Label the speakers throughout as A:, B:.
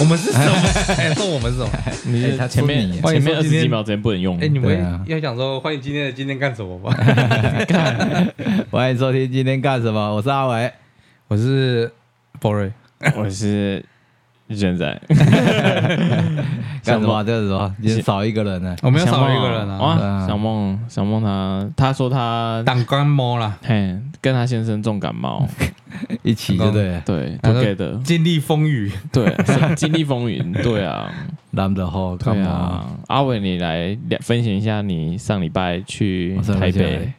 A: 我们是什么？哎，说我们是 什么？
B: 你
C: 哎，他前面
A: 欢迎
C: 前
A: 收
C: 面
A: 听
C: 二十
A: 今天
C: 几秒之间不能用。
A: 哎，你
B: 对
A: 们
B: 啊
A: 要讲说欢迎今天的今天干什么 吧？
B: 欢迎收听今天干什么？我是阿伟。
A: 我是 b o r y
C: 我是现在
B: 干什么？这是什么？今天少一个人呢？
A: 我们要少了一个人啊，
B: 啊
C: 啊！小梦，小梦他他说他
A: 挡干猫啦，
C: 嘿跟他先生重 感冒，
B: 一起就对了。
C: 对
A: 他说
C: ，together，
A: 经历风雨，
C: 对，经历风云，对啊，
B: 难得好，干
C: 对
B: 嘛？
C: 啊。阿伟，你来聊分享一下你上礼拜去
B: 我上礼
C: 台
B: 拜去
C: 北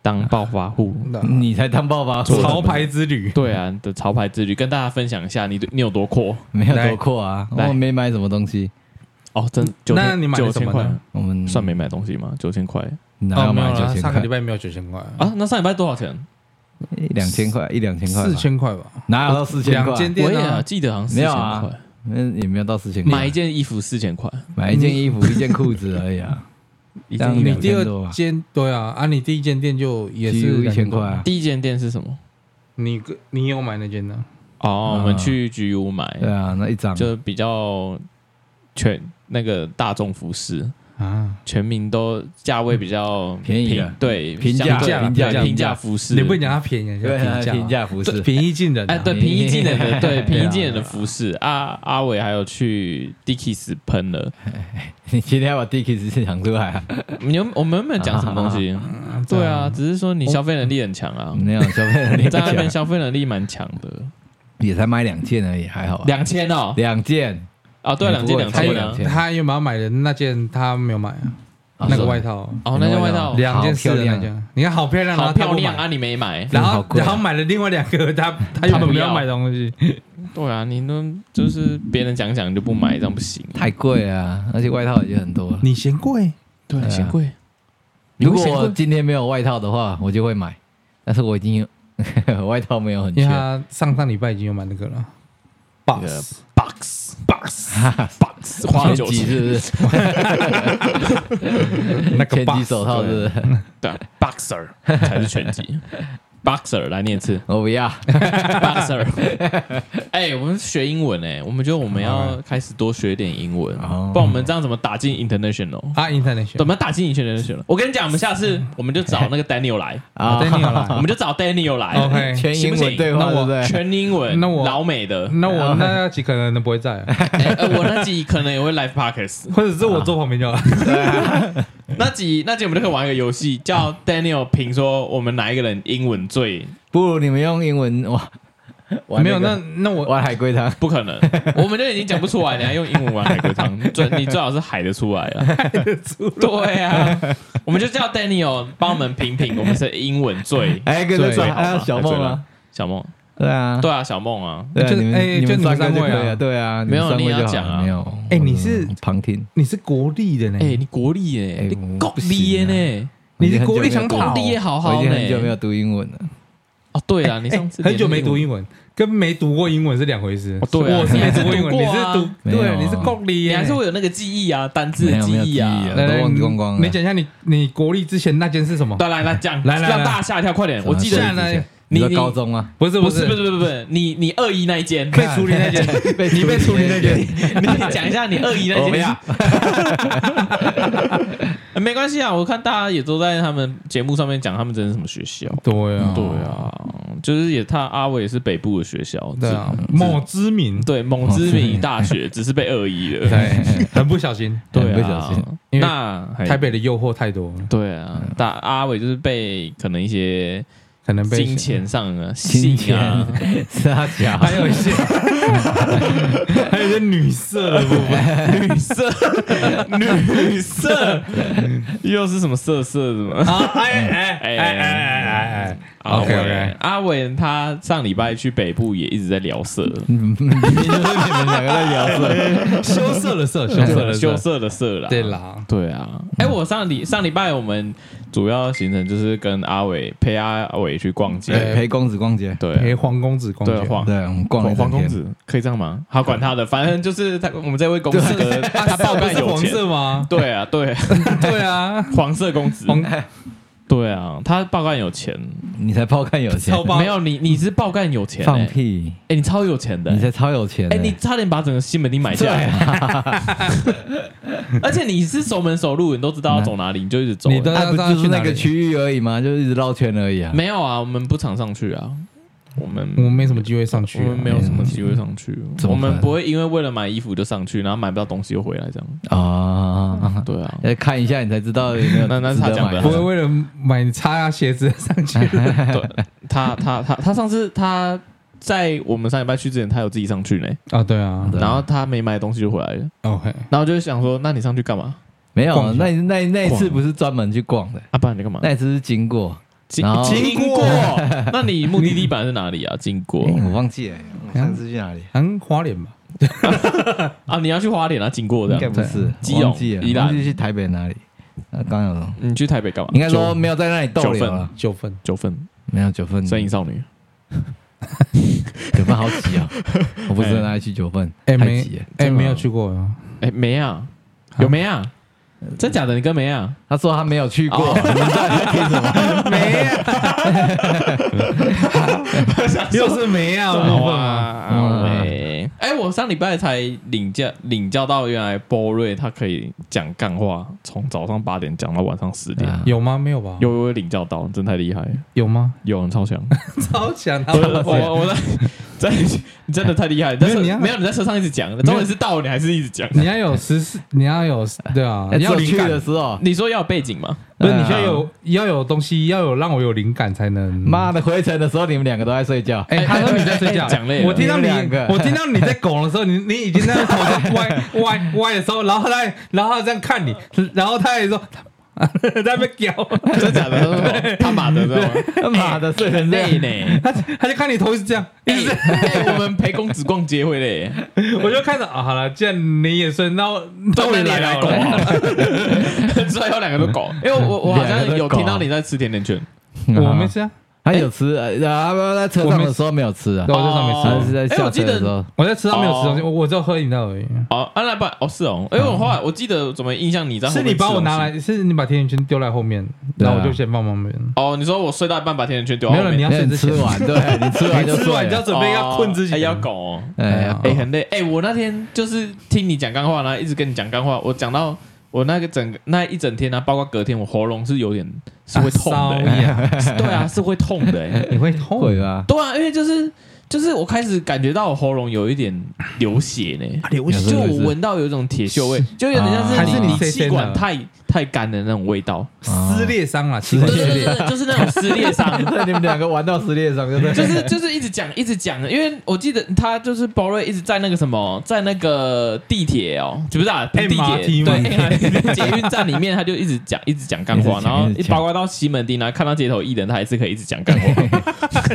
C: 当暴发 户，
B: 啊你才当爆发户，
A: 潮牌之旅，
C: 对啊的潮牌之旅，跟大家分享一下你你有多阔
B: 没有多阔啊，
C: 来
B: 我没买什么东西。
C: 哦，真九
A: 那
C: 千
A: 你买了
C: 九
A: 什么
C: 千块
A: 呢嗯
B: 我们
C: 算没买东西吗？九千块
B: 哪有
A: 哦没有
B: 买
A: 啦
B: 九千
A: 上个
B: 块
A: 礼？拜没有九千块啊，
C: 啊？那上礼拜多少钱？
B: 一两千块，一两千块吧，
A: 四千块吧，
B: 哪有到四千
A: 两
B: 块
A: 间？店
C: 我也
A: 啊，
C: 记得好像四
B: 没
C: 千
B: 有啊
C: 块，
B: 嗯，也没有到四千块。
C: 买一件衣服四千块，
B: 买一件衣服，一件裤子而已啊。
C: 一
B: 这样
C: 件
A: 你
C: 衣
A: 第
B: 两
C: 服。
B: 千多
A: 二
B: 吧
A: 间对啊，啊，你第一间店就也
B: 几乎
A: 是
B: 一千
A: 2000
B: 块啊
C: 第一间店是什么？
A: 你个你有买那间呢？
B: 啊
C: 哦，我们去居屋买，
B: 对啊，那一张
C: 就比较全那个大众服饰，
A: 啊，
C: 全民都价位比较
B: 便宜的
C: 平对
B: 平价
C: 相对
A: 平
C: 平
A: 价
C: 平价服饰，
A: 你不能讲它便宜，
B: 对啊
A: 叫
B: 平价服
A: 对
B: 饰，
A: 平易近人啊，
C: 哎，对，
B: 啊
C: 平易近人的，对，
B: 对啊
C: 平易近人的服饰。阿阿伟还有去 Dickies 喷了，
B: 你今天要把 Dickies 讲出来啊？
C: 你有我们有没有讲什么东西？对啊，只是说你消费能力很强啊，
B: 没有消费能力
C: 你
B: 不
C: 在那边
B: 强，
C: 消费能力蛮强的，
B: 也才买两件而已，还好吧。啊
C: 两千哦，
B: 两件，
C: 啊，对啊，
B: 哎
C: 两件
B: 不过
C: 两
B: 差
A: 他
B: 不
C: 千
B: 多
C: 啊
B: 两，千
A: 他原本要买的那件他没有买啊，
B: 啊
A: 那
B: 是
A: 个
B: 吗
A: 外套
C: 哦，那件外套
A: 两件事
B: 好
A: 的
B: 漂
A: 那
B: 亮
A: 件，你看好漂亮，然
C: 好
A: 后他
C: 漂
A: 不
C: 亮
A: 买，
C: 啊，你没买？
A: 然
B: 好
A: 后
B: 贵啊
A: 然后买了另外两个，他他原本没有买东西，
C: 对啊，你都就是别人讲讲你就不买，这样不行。
B: 太贵了
A: 嗯
B: 啊，而且外套已经很多了。
A: 你嫌贵，
C: 对
B: 对啊
C: 嫌贵。
B: 如
C: 你
B: 果
C: 会嫌
B: 我
C: 贵
B: 今天没有外套的话，我就会买，但是我已经 有外套没有很
A: 因为
B: 缺，
A: 他上上礼拜已经有买那个了，box
C: box box box 花了
B: 前
C: 九
B: 几
C: 千，
B: 是不是？
A: 那个
B: 前几
A: box
B: 手套是不是？
C: 对啊，boxer 才是拳 击。boxer 来念一次
B: 我不要，
A: 啊
C: boxer。哎、我们学英文哎、我们觉得我们要开始多学点英文，
B: 哦
C: 不然我们这样怎么打进 international？
A: 啊
C: 怎
A: ，international，
C: 么打进 international？我跟你讲，我们下次我们就找那个 Daniel 来，
B: 啊
A: 对你有
C: 我
A: 来
C: 们就找 Daniel 来
A: OK
B: 全英文对
A: 行不
B: 话，对
A: 行
B: 不对？
C: 全英文，
A: 那我
C: 老美 的。
A: 那我那集可能不会在啊，
C: 哎呃我那集可能也会 live podcast，
A: 或者是我坐旁边就好。
C: 那集那集我们就可以玩一个游戏，叫 Daniel 评说我们哪一个人英文最
B: 不如你们用英文哇，玩
A: 没有，那
B: 个
A: 那我
B: 玩海龟汤，
C: 不可 能，我们就已经讲不出来，你还用英文玩海龟汤，最你最好是海得出来啊， 海得出对啊， 我们就叫 Daniel 帮我们评评我们是英文 最
B: 哎，跟着
A: 对
B: 找
C: 好吧
B: 还有小梦啊，
A: 哎
C: 小梦，
B: 对啊，
C: 对啊，小梦啊，
B: 对啊，
A: 就
B: 你
A: 哎
B: 们
A: 就
B: 你们
A: 你们
B: 三个就
A: 三位啊
B: 可以了，对啊，
C: 没有
B: 你们三位
C: 你也要
B: 就好
C: 讲啊
B: 没有，
A: 哎
B: 我
A: 你
B: 就是旁听，
A: 你是国立的呢，
C: 哎，你国力
B: 哎
C: 耶，你
B: 我
C: 国力耶
B: 不行
C: 呢，
A: 你
B: 我已
A: 是
B: 经
A: 国立
B: 很久
A: 想
B: 没
C: 国
A: 跑
C: 力也好
B: 我
C: 好
B: 已
C: 呢
B: 经，很久没有读英文了，
C: 哦，对啊，你上次
A: 哎很久没读
C: 英
A: 英文，跟没读过英文是两回事
C: 哦。对啊
A: 我是没读过英文，
C: 你
A: 你
C: 还
A: 是
C: 是读过啊
A: 读
B: 没有啊
A: 对，你是国立
C: 文，
A: 耶，
C: 你还是会有那个记忆啊，单字
B: 没
C: 的
B: 有没有
C: 忆啊
B: 记忆，啊
A: 来来
B: 都忘记光光了
A: 你讲一下你你国立之前那件是什么？
C: 对，来来讲，
A: 来来
C: 让
A: 来
C: 大家吓一跳，快点，我记
A: 什么
C: 得
A: 呢
B: 之前你
C: 你
B: 说
C: 你
B: 高中啊，
A: 不是
C: 不
A: 是
C: 是不是不是不是，你你二一那一间
A: 被处理那 件，
B: 被
A: 你被处理那件，
C: 你讲一下你二姨那
B: 我不
C: 件
B: 要
C: 事，呃 没关系啊，我看大家也都在他们节目上面讲他们真是什么学校。
A: 对啊
C: 对啊，就是也他阿伟也是北部的学校，
A: 对啊，某知名
C: 只，对蒙之明大学，只是被二一 了。
A: 对，很不小心，
C: 对
B: 很不小
C: 啊
B: 心，
A: 因为
C: 那
A: 台北的诱惑太多了，
C: 对啊，大阿伟就是被可能一些
A: 可能被
C: 金钱上啊、
B: 金
C: 性啊
B: 钱，是啊他 讲，
A: 还有一 些，还有一些女色的部 分，
C: 女色、女色，又是什么色色的吗？
A: 啊，哎哎
C: 哎
A: 哎
C: 阿伟
A: OK，OK
C: 阿伟他上礼拜去北部也一直在聊色，
B: 嗯你就是你们两个在聊色，
A: 哎，羞涩的色，羞涩的
C: 羞
A: 色，
C: 涩的色啦。
A: 对，啦，
C: 对啊。哎，我上礼上礼拜我们主要行程就是跟阿伟陪阿伟去逛街，
B: 陪公子逛街，
A: 陪
C: 对
A: 啊哎黄公子公
C: 对
A: 爵，
C: 晃。
B: 对，我们逛了
C: 黄
B: 一
C: 黄
B: 整
C: 公
B: 天，
C: 子可以这样吗？好，管他的，反正就是他，我们这位公司的他
A: 啊他
C: 报
A: 报
C: 干
A: 是
C: 有
A: 黄
C: 钱，
A: 色吗？
C: 对啊，对，
A: 对啊，
C: 黄色公子，
A: 黄
C: 对啊，他爆干有钱，
B: 你才爆干有钱
A: 超，爆
C: 没有你你是爆干有钱、欸，
B: 放屁！
C: 哎、你超有钱的、
B: 你才超有钱
C: 哎、
B: 欸！
C: 你差点把整个西门町买下来，
B: 啊
C: 而且你是熟门熟路，你都知道要走哪里，你就一直走、
B: 你都
C: 欸
A: 啊
B: 要
A: 不
B: 上
A: 就是
B: 去
A: 那
B: 那
A: 个
B: 个区域而已嘛，就一直绕圈而已啊。
C: 没有啊，我们不常上去啊，我们
A: 我们没什么机会上去啊、
C: 我们没有什么机会上去，
B: 哎怎
C: 我
B: 么办
C: 们不会因为为了买衣服就上去，然后买不到东西又回来 这样。
B: 啊，
C: 对啊，
B: 要看一下你才知道有没有
C: 那那是
B: 值得
C: 他讲的
B: 买
A: 不会为了买擦鞋子上 去。
C: 他他他他上次他在我们上礼拜去之前，他有自己上去呢，
A: 啊，对啊
B: 对啊
C: 然后他没买东西就回来了，
A: ，OK，
C: 然后就想说，那你上去干嘛？
B: 没有
A: 逛一下
B: 那那那一次不是专门去逛的，
C: 啊，不然你干嘛？
B: 那一次是经过，
C: 经
B: 然后
C: 经 过，那你目的地本来是哪里啊？经过
B: 哎诶我忘记了，我上次去哪里？
A: 好像花脸吧，
C: 啊，你要去花莲啊？经过这
B: 应该
C: 样，
B: 不是，
C: 基
B: 我
C: 隆
B: 忘记
C: 宜
B: 了，
C: 兰
B: 忘记去台北哪里？啊，刚有说
C: 你去台北干嘛
B: 应？该说没有在那里逗留
C: 九
B: 了
C: 份，
A: 九分。
C: 九份
B: 没有九份，
C: 身影少女，
B: 九份好挤啊！我不是很爱去九份，
A: 哎、
B: 太
A: 没
B: 挤了。
A: 哎、
C: 真的吗
A: 没有去过啊，
B: 嗯
C: 哎，没啊，有没啊？真假的？你跟没啊？哦
B: 他说他没有去呃 过，
A: 没啊，又是没 啊，部分啊。
C: 哇
B: 嗯
C: 喂！哎、我上礼拜才领教领教到，原来波瑞他可以讲干话，从早上八点讲到晚上十点，
B: 啊
A: 有吗？没有吧？
C: 有有领教到，真太厉害了，
A: 有吗？
C: 有人超强。啊
A: 超强，
C: 我我我在 在你真的太厉害了，但是
A: 啊没有你要
C: 没有你在车上一直讲，重点是到了你还是一直讲。
A: 你要有实事， 你要有对啊，
B: 哎
A: 你
B: 只
A: 要
B: 有
A: 灵
B: 去
A: 感
B: 的，时候，
C: 你说要有背景吗？
A: 不是你需要有要有东西，要有让我有灵感才能。
B: 妈的，回程的时候你们两个都在睡 觉，
A: 哎、他说你在睡觉，
C: 哎讲累了
A: 我听到你
B: 你们两，个
A: 我听到你在拱的时候，你 你已经在那头在歪 歪歪的时候，然后他还，然后他这样看你，然后他还说， 他在那边屌，
C: 真假的？他妈 的，知道吗？
B: 他啊妈的睡成这样
C: 累，呢。
A: 他他就看你头是这样，
C: 哎、哎我们陪公子逛街会嘞，
A: 我就看着啊，好了，既然你也睡，那我那我也来
C: 来
A: 了
C: 狗， 最后两个都狗，因为我我好像有听到你在吃甜甜圈，
A: 我没事啊，
B: 他有吃，然后在车上的时候没有吃啊
A: 对，，我在上
C: 哦
A: 面
B: 他
A: 吃，
B: 是在
C: 哎我
B: 下
C: 记
B: 车
C: 得
B: 的时候，
A: 我在吃上没有吃东西，我我只有喝饮料而已。
C: 哦，啊，那不然哦是哦，因为我后来我记得怎么印象你在后
A: 是
C: 面
A: 你把
C: 吃
A: 我
C: 东
A: 拿
C: 西
A: 来，是你把甜甜圈丢在后面，
B: 对
A: 然
B: 啊
A: 后我就先放旁边。
C: 哦，你说我睡到一半把甜甜圈丢到
A: 没有
C: 后
A: 了，你
C: 面，
A: 要睡
B: 那
A: 之
B: 你
A: 前
B: 吃，完，对你吃完
A: 啊你
B: 就
A: 吃完哦哎
B: 睡
A: 就要
B: 了，
A: 准备要困之
C: 还
A: 前，
C: 要狗哦，
B: 哎呀，
C: 哎很累，哎我那天就是听你讲干话，然后一直跟你讲干话，我讲到。我那个整个那一整天呢、啊，包括隔天，我喉咙是有点是会痛的、欸，
A: 啊
C: 是对啊，是会痛的、欸，
A: 你会痛
B: 会吧？
C: 对啊，因为就是就是我开始感觉到我喉咙有一点流血呢、
A: 流
B: 血
C: 就我闻到有一种铁锈味，就有点像
B: 啊还
C: 是
B: 是
C: 你
B: 你
C: 你
A: 塞
C: 气
A: 塞
C: 管
A: 的
C: 太太干的那种味道，
A: 撕裂伤啊，其
C: 对
A: 实
C: 对对对，对就是那种撕裂伤，
B: 你们两个玩到撕裂伤，对不对？
C: 就是就是一直讲一直讲，因为我记得他就是包瑞一直在那个什么，在那个地铁哦，就不是啊，不是地
A: MRT
C: 铁
A: 吗
C: 对哎捷运站里面，他就一直讲一直讲干话，
B: 一直
C: 然
B: 讲
C: 后
B: 一直讲
C: 包括到西门町啊，看到街头艺人，他还是可以一直讲干话。
A: 啊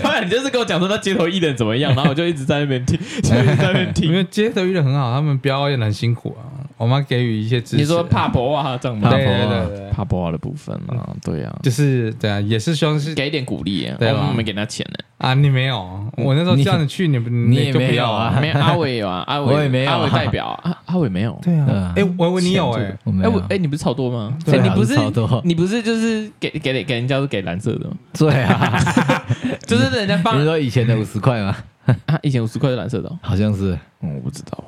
C: 突然就是跟我讲说他街头艺人怎么样，然后我就一直在那边听，就一直在那边
A: 因
C: 听。
A: 为街头艺人很好，他们表演很辛苦啊，我们要给予一些支持。
C: 你说怕博啊这样吗
A: 对？对
B: 怕婆啊
A: 对对，
C: 怕博啊的部分啊，对啊，
A: 就是对啊，也是希望是
C: 给一点鼓励啊，
A: 对吧
C: 我们没给他钱呢。
A: 啊，你没有，我那时候叫你去，你不
B: 你也
A: 就不
B: 没有
A: 要
B: 啊
C: 没有阿伟有啊，阿伟
B: 我也没有啊
C: 阿伟代表啊，啊阿伟没有。
A: 对
B: 对
A: 啊
B: 啊，
A: 哎，文文你有哎，
B: 我没
C: 哎、我
B: 有
C: 哎、，你不是超多吗？
B: 对啊
C: 哎你不是
B: 是超多
C: 你不是就是给给给人家都给蓝色的吗？
B: 对啊，
C: 就是人家
B: 你
C: 帮
B: 是说以前的五十块吗？
C: 啊，以前五十块是蓝色的哦、
B: 好像是，
C: 嗯，我不知道，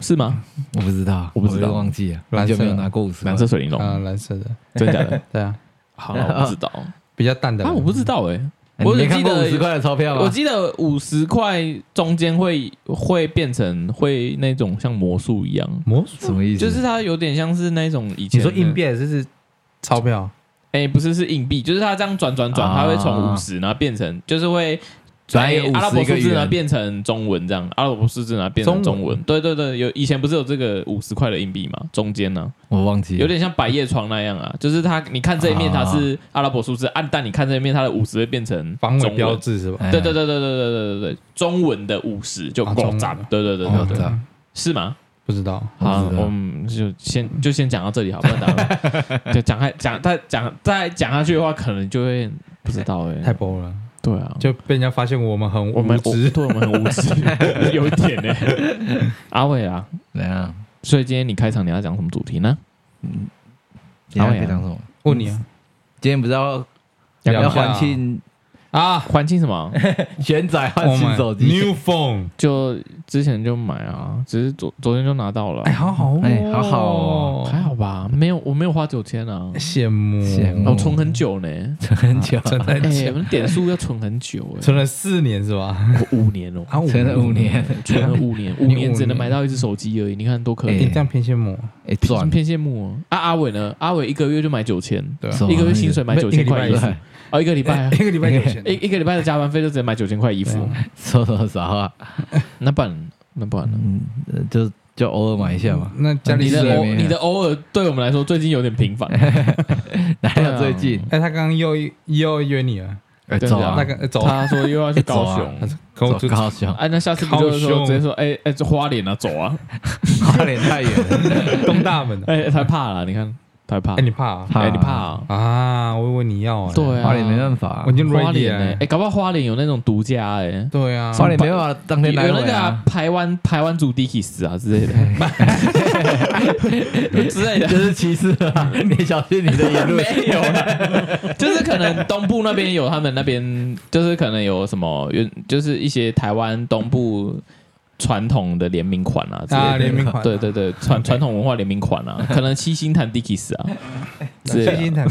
C: 是吗？
B: 我不知道，
C: 我不知道
B: 都忘记了，
A: 蓝
B: 很
A: 色
B: 久没有拿过五十，
C: 蓝色水玲珑，
A: 啊，蓝色的，
C: 真假 的？
A: 对啊，
C: 好，我不知道
A: 比较淡的
C: 啊，我不知道哎、
B: 哎，
C: 我
B: 你
C: 只
B: 没看
C: 记
B: 过五十
C: 得。
B: 块的钞票吗？啊
C: 我记得五十块中间会会变成会那种像魔术一样，
A: 魔术，
B: 什么意思？
C: 就是它有点像是那种以前
A: 你
C: 的
A: 说硬币还是钞票？
C: 哎、不是是硬币，就是它这样转转转，
B: 啊
C: 它会从五十然后变成，就是会
B: 本来有
C: 哎
B: 50
C: 阿拉伯数
B: 一
C: 字
B: 个
C: 呢
B: 元
C: 变成中文这样，阿拉伯数字呢变成中
A: 中
C: 文。
A: 文
C: 对对对，有以前不是有这个五十块的硬币嘛，中间呢、
B: 我忘记了，
C: 有点像百叶窗那样啊，就是它你看这一面它是阿拉伯数字，按、但你看这一面它的五十会变成
A: 防伪
C: 中
A: 标
C: 文。
A: 志是吧？
B: 哎
C: 对对对对对对对对对，中文的五十就
A: 啊
C: 够
A: 中文
C: 赞、对对对
B: 哦
C: 哎对
B: 知
C: 对，
B: 道
C: 是吗？
A: 啊不知道，
C: 好，
B: 我知道
C: 我们就先就先讲到这里，好，不然打断就讲开讲再讲再讲下去的话，可能就会不知道哎、
A: 太 b 了，
C: 对啊，
A: 就被人家发现我们很无
C: 我们
A: 知。
C: 对我们很无 知，有一点呢、 阿伟啊，
B: 怎样？
C: 所以今天你开场你要讲什么主题呢？
B: 你要
C: 阿伟啊
B: 讲什么？
A: 问你啊，
B: 今天不是要
C: 要
B: 要
C: 干嘛
B: 欢庆
A: 啊
C: 还清什么？
B: 全仔换新手
C: Oh
B: 机？
A: ，New Phone，
C: 就之前就买啊，只是昨昨天就拿到了
A: 哎，，好好哦，
B: 哎好好哦
C: 还好吧？没有，我没有花九千啊，
A: 哎羡慕
B: 羡慕
C: 我存很久呢。
B: 很久，
A: 存了
C: 哎，我
A: 久
C: 们点数要存很久 哎，
A: 存了四年是吧？
C: 我五年哦，
A: 啊，
B: 存了五，年，
C: 存了 五年，五
A: 你
C: 年
A: 五
C: 只
A: 年
C: 能
A: 哎
C: 买到一只手机而已，你看多可
A: 你
C: 怜
A: 这。样偏羡慕，
B: 哎，赚
C: 偏羡慕哦。啊，阿伟呢？阿伟一个月就买九千，
A: 对啊，
B: 是吗
C: 一个月薪水买
A: 没
C: 九千块
A: 一
C: 衣
A: 个
C: 服
A: 礼，
C: 哦，一个礼拜啊
A: 哎一个礼拜九千，
C: 一一个礼拜的加班费就只能买九千块衣服，
B: 说多少啊？
C: 那不然那不然呢？
B: 嗯，呃就就偶尔买一下嘛，
A: 嗯那家里
C: 你的
A: 是
B: 也
C: 偶
B: 没有
C: 你的偶尔对我们来说最近有点频 繁，嗯
B: 哪有最近？
A: 哎，他刚刚又又约你了，
B: 哎
C: 啊真的
B: 走
C: 啊
B: 啊
A: 那，个哎走，
C: 他说又要去高
B: 走
C: 雄
B: 啊，
A: 跟我
B: 走
A: 出
B: 高雄，
C: 哎，那下次不就是
A: 高
C: 说
A: 雄
C: 直接说哎哎这花脸啊走啊，
B: 花脸太远 了，
A: 东大门的，
C: 哎他怕了，你看他怕
A: 哎，，你怕啊
B: 怕
C: 哎你怕啊？
A: 啊？我以为你要啊，
C: 对啊，
B: 花脸没办法
A: 我已，经
C: 花
A: ready
C: 脸
A: 了
C: 哎，哎，搞不好花脸有那种独家哎。
A: 对啊，
B: 花脸没办法，当
C: 有
B: 天来
C: 那
B: 回
C: 个啊
B: 啊，
C: 台湾台湾族 Dickies 啊之类 的，之类的
B: 就，是歧视 啊！你小心你的言论，
C: 没有
B: 啊
C: 啦，就是可能东部那边有他们那边，就是可能有什么，原就是一些台湾东部传统的联名款啊之类的
A: 啊，联名款，
C: 对对对，传传统文化联名款啊，可能七星潭 Dickies 啊，之类
A: 七星
C: 的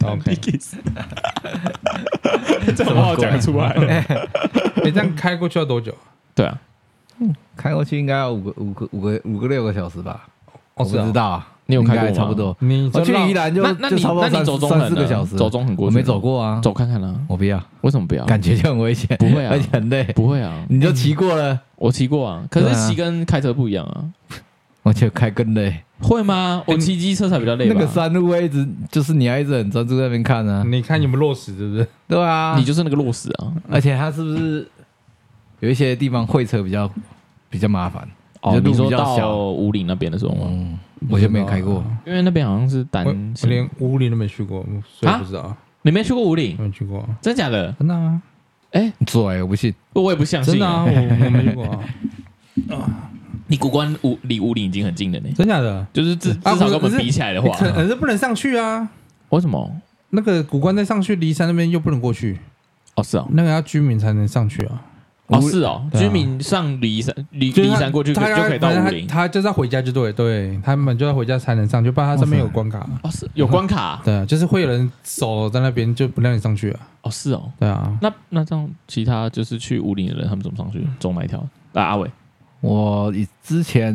A: 潭，OK，
C: Dickies，这很好讲出来。
A: 你哎这样开过去要多久？
C: 对啊，
B: 开过去应该要五个五个五个五个六个小时吧？
A: 我
B: 我不知，道啊，
C: 你有开过吗
B: 应该差不多。
A: 哦你
B: 我去
A: 就绕
B: 宜兰就
C: 那那
B: 就
C: 你
B: 差不多
C: 那你
B: 三
C: 走中
B: 三
C: 横
B: 四
C: 呢
B: 个小时，
C: 走中横过
B: 我
C: 去
B: 没走过啊，
C: 走看看啦，
B: 我不要，
C: 为什么不要？
B: 感觉就很危险，
C: 不会啊
B: 而且很累，
C: 不会啊，
B: 你就骑过了，
C: 我骑过啊，可
B: 对
C: 是
B: 啊
C: 骑跟开车不一样啊。
B: 我就开更累。
C: 会吗？我骑机车才比较累
B: 嗯
C: 吧。嗯
B: 那个山路会一直就是你要一直很专注在那边看啊，
A: 你看有没有落实，是不是？
B: 对啊，
C: 你就是那个落石啊。
B: 而且它是不是有一些地方会车比较比较麻烦？
C: 哦，
B: 就路
C: 你说
B: 比较小
C: 到五岭那边的时候吗？
B: 嗯，我就没有开过，
C: 因为那边好像是单
A: 我我
C: 行，
A: 连乌林都没去过，所以
C: 啊
A: 不知道，
C: 你没去过
B: 嗯
C: 五岭，
A: 没去过，
C: 真假的？
A: 真的啊，
C: 哎，
B: 嘴我不信，
C: 我也不相信。
A: 真的啊，我我没去过啊，
C: 你古关五离五岭已经很近了呢，
A: 真假的？
C: 就是至至
A: 啊
C: 少跟我
A: 可
C: 们
A: 是
C: 比起来的话，哦
A: 可可是不能上去啊，
C: 为什么？
A: 那个古关再上去，骊山那边又不能过去，
C: 哦，是哦，
A: 那个要居民才能上去啊，
C: 哦是哦，
A: 对啊
C: 居民上离山离
A: 就是
C: 离
A: 他
C: 山过去可
A: 他
C: 就
A: 要
C: 可以到
A: 反
C: 五
A: 正
C: 岭
A: 他。他就是要回家就对，对他们就要回家才能上去，不然他上面有关卡。
C: 哦是有关卡
A: 对啊，就是会有人守在那边，就不让你上去啊。
C: 哦是哦，
A: 对啊，
C: 那那这样其他就是去五岭的人他们怎么上
B: 嗯
C: 去？走哪一条？啊阿伟
B: 我以之前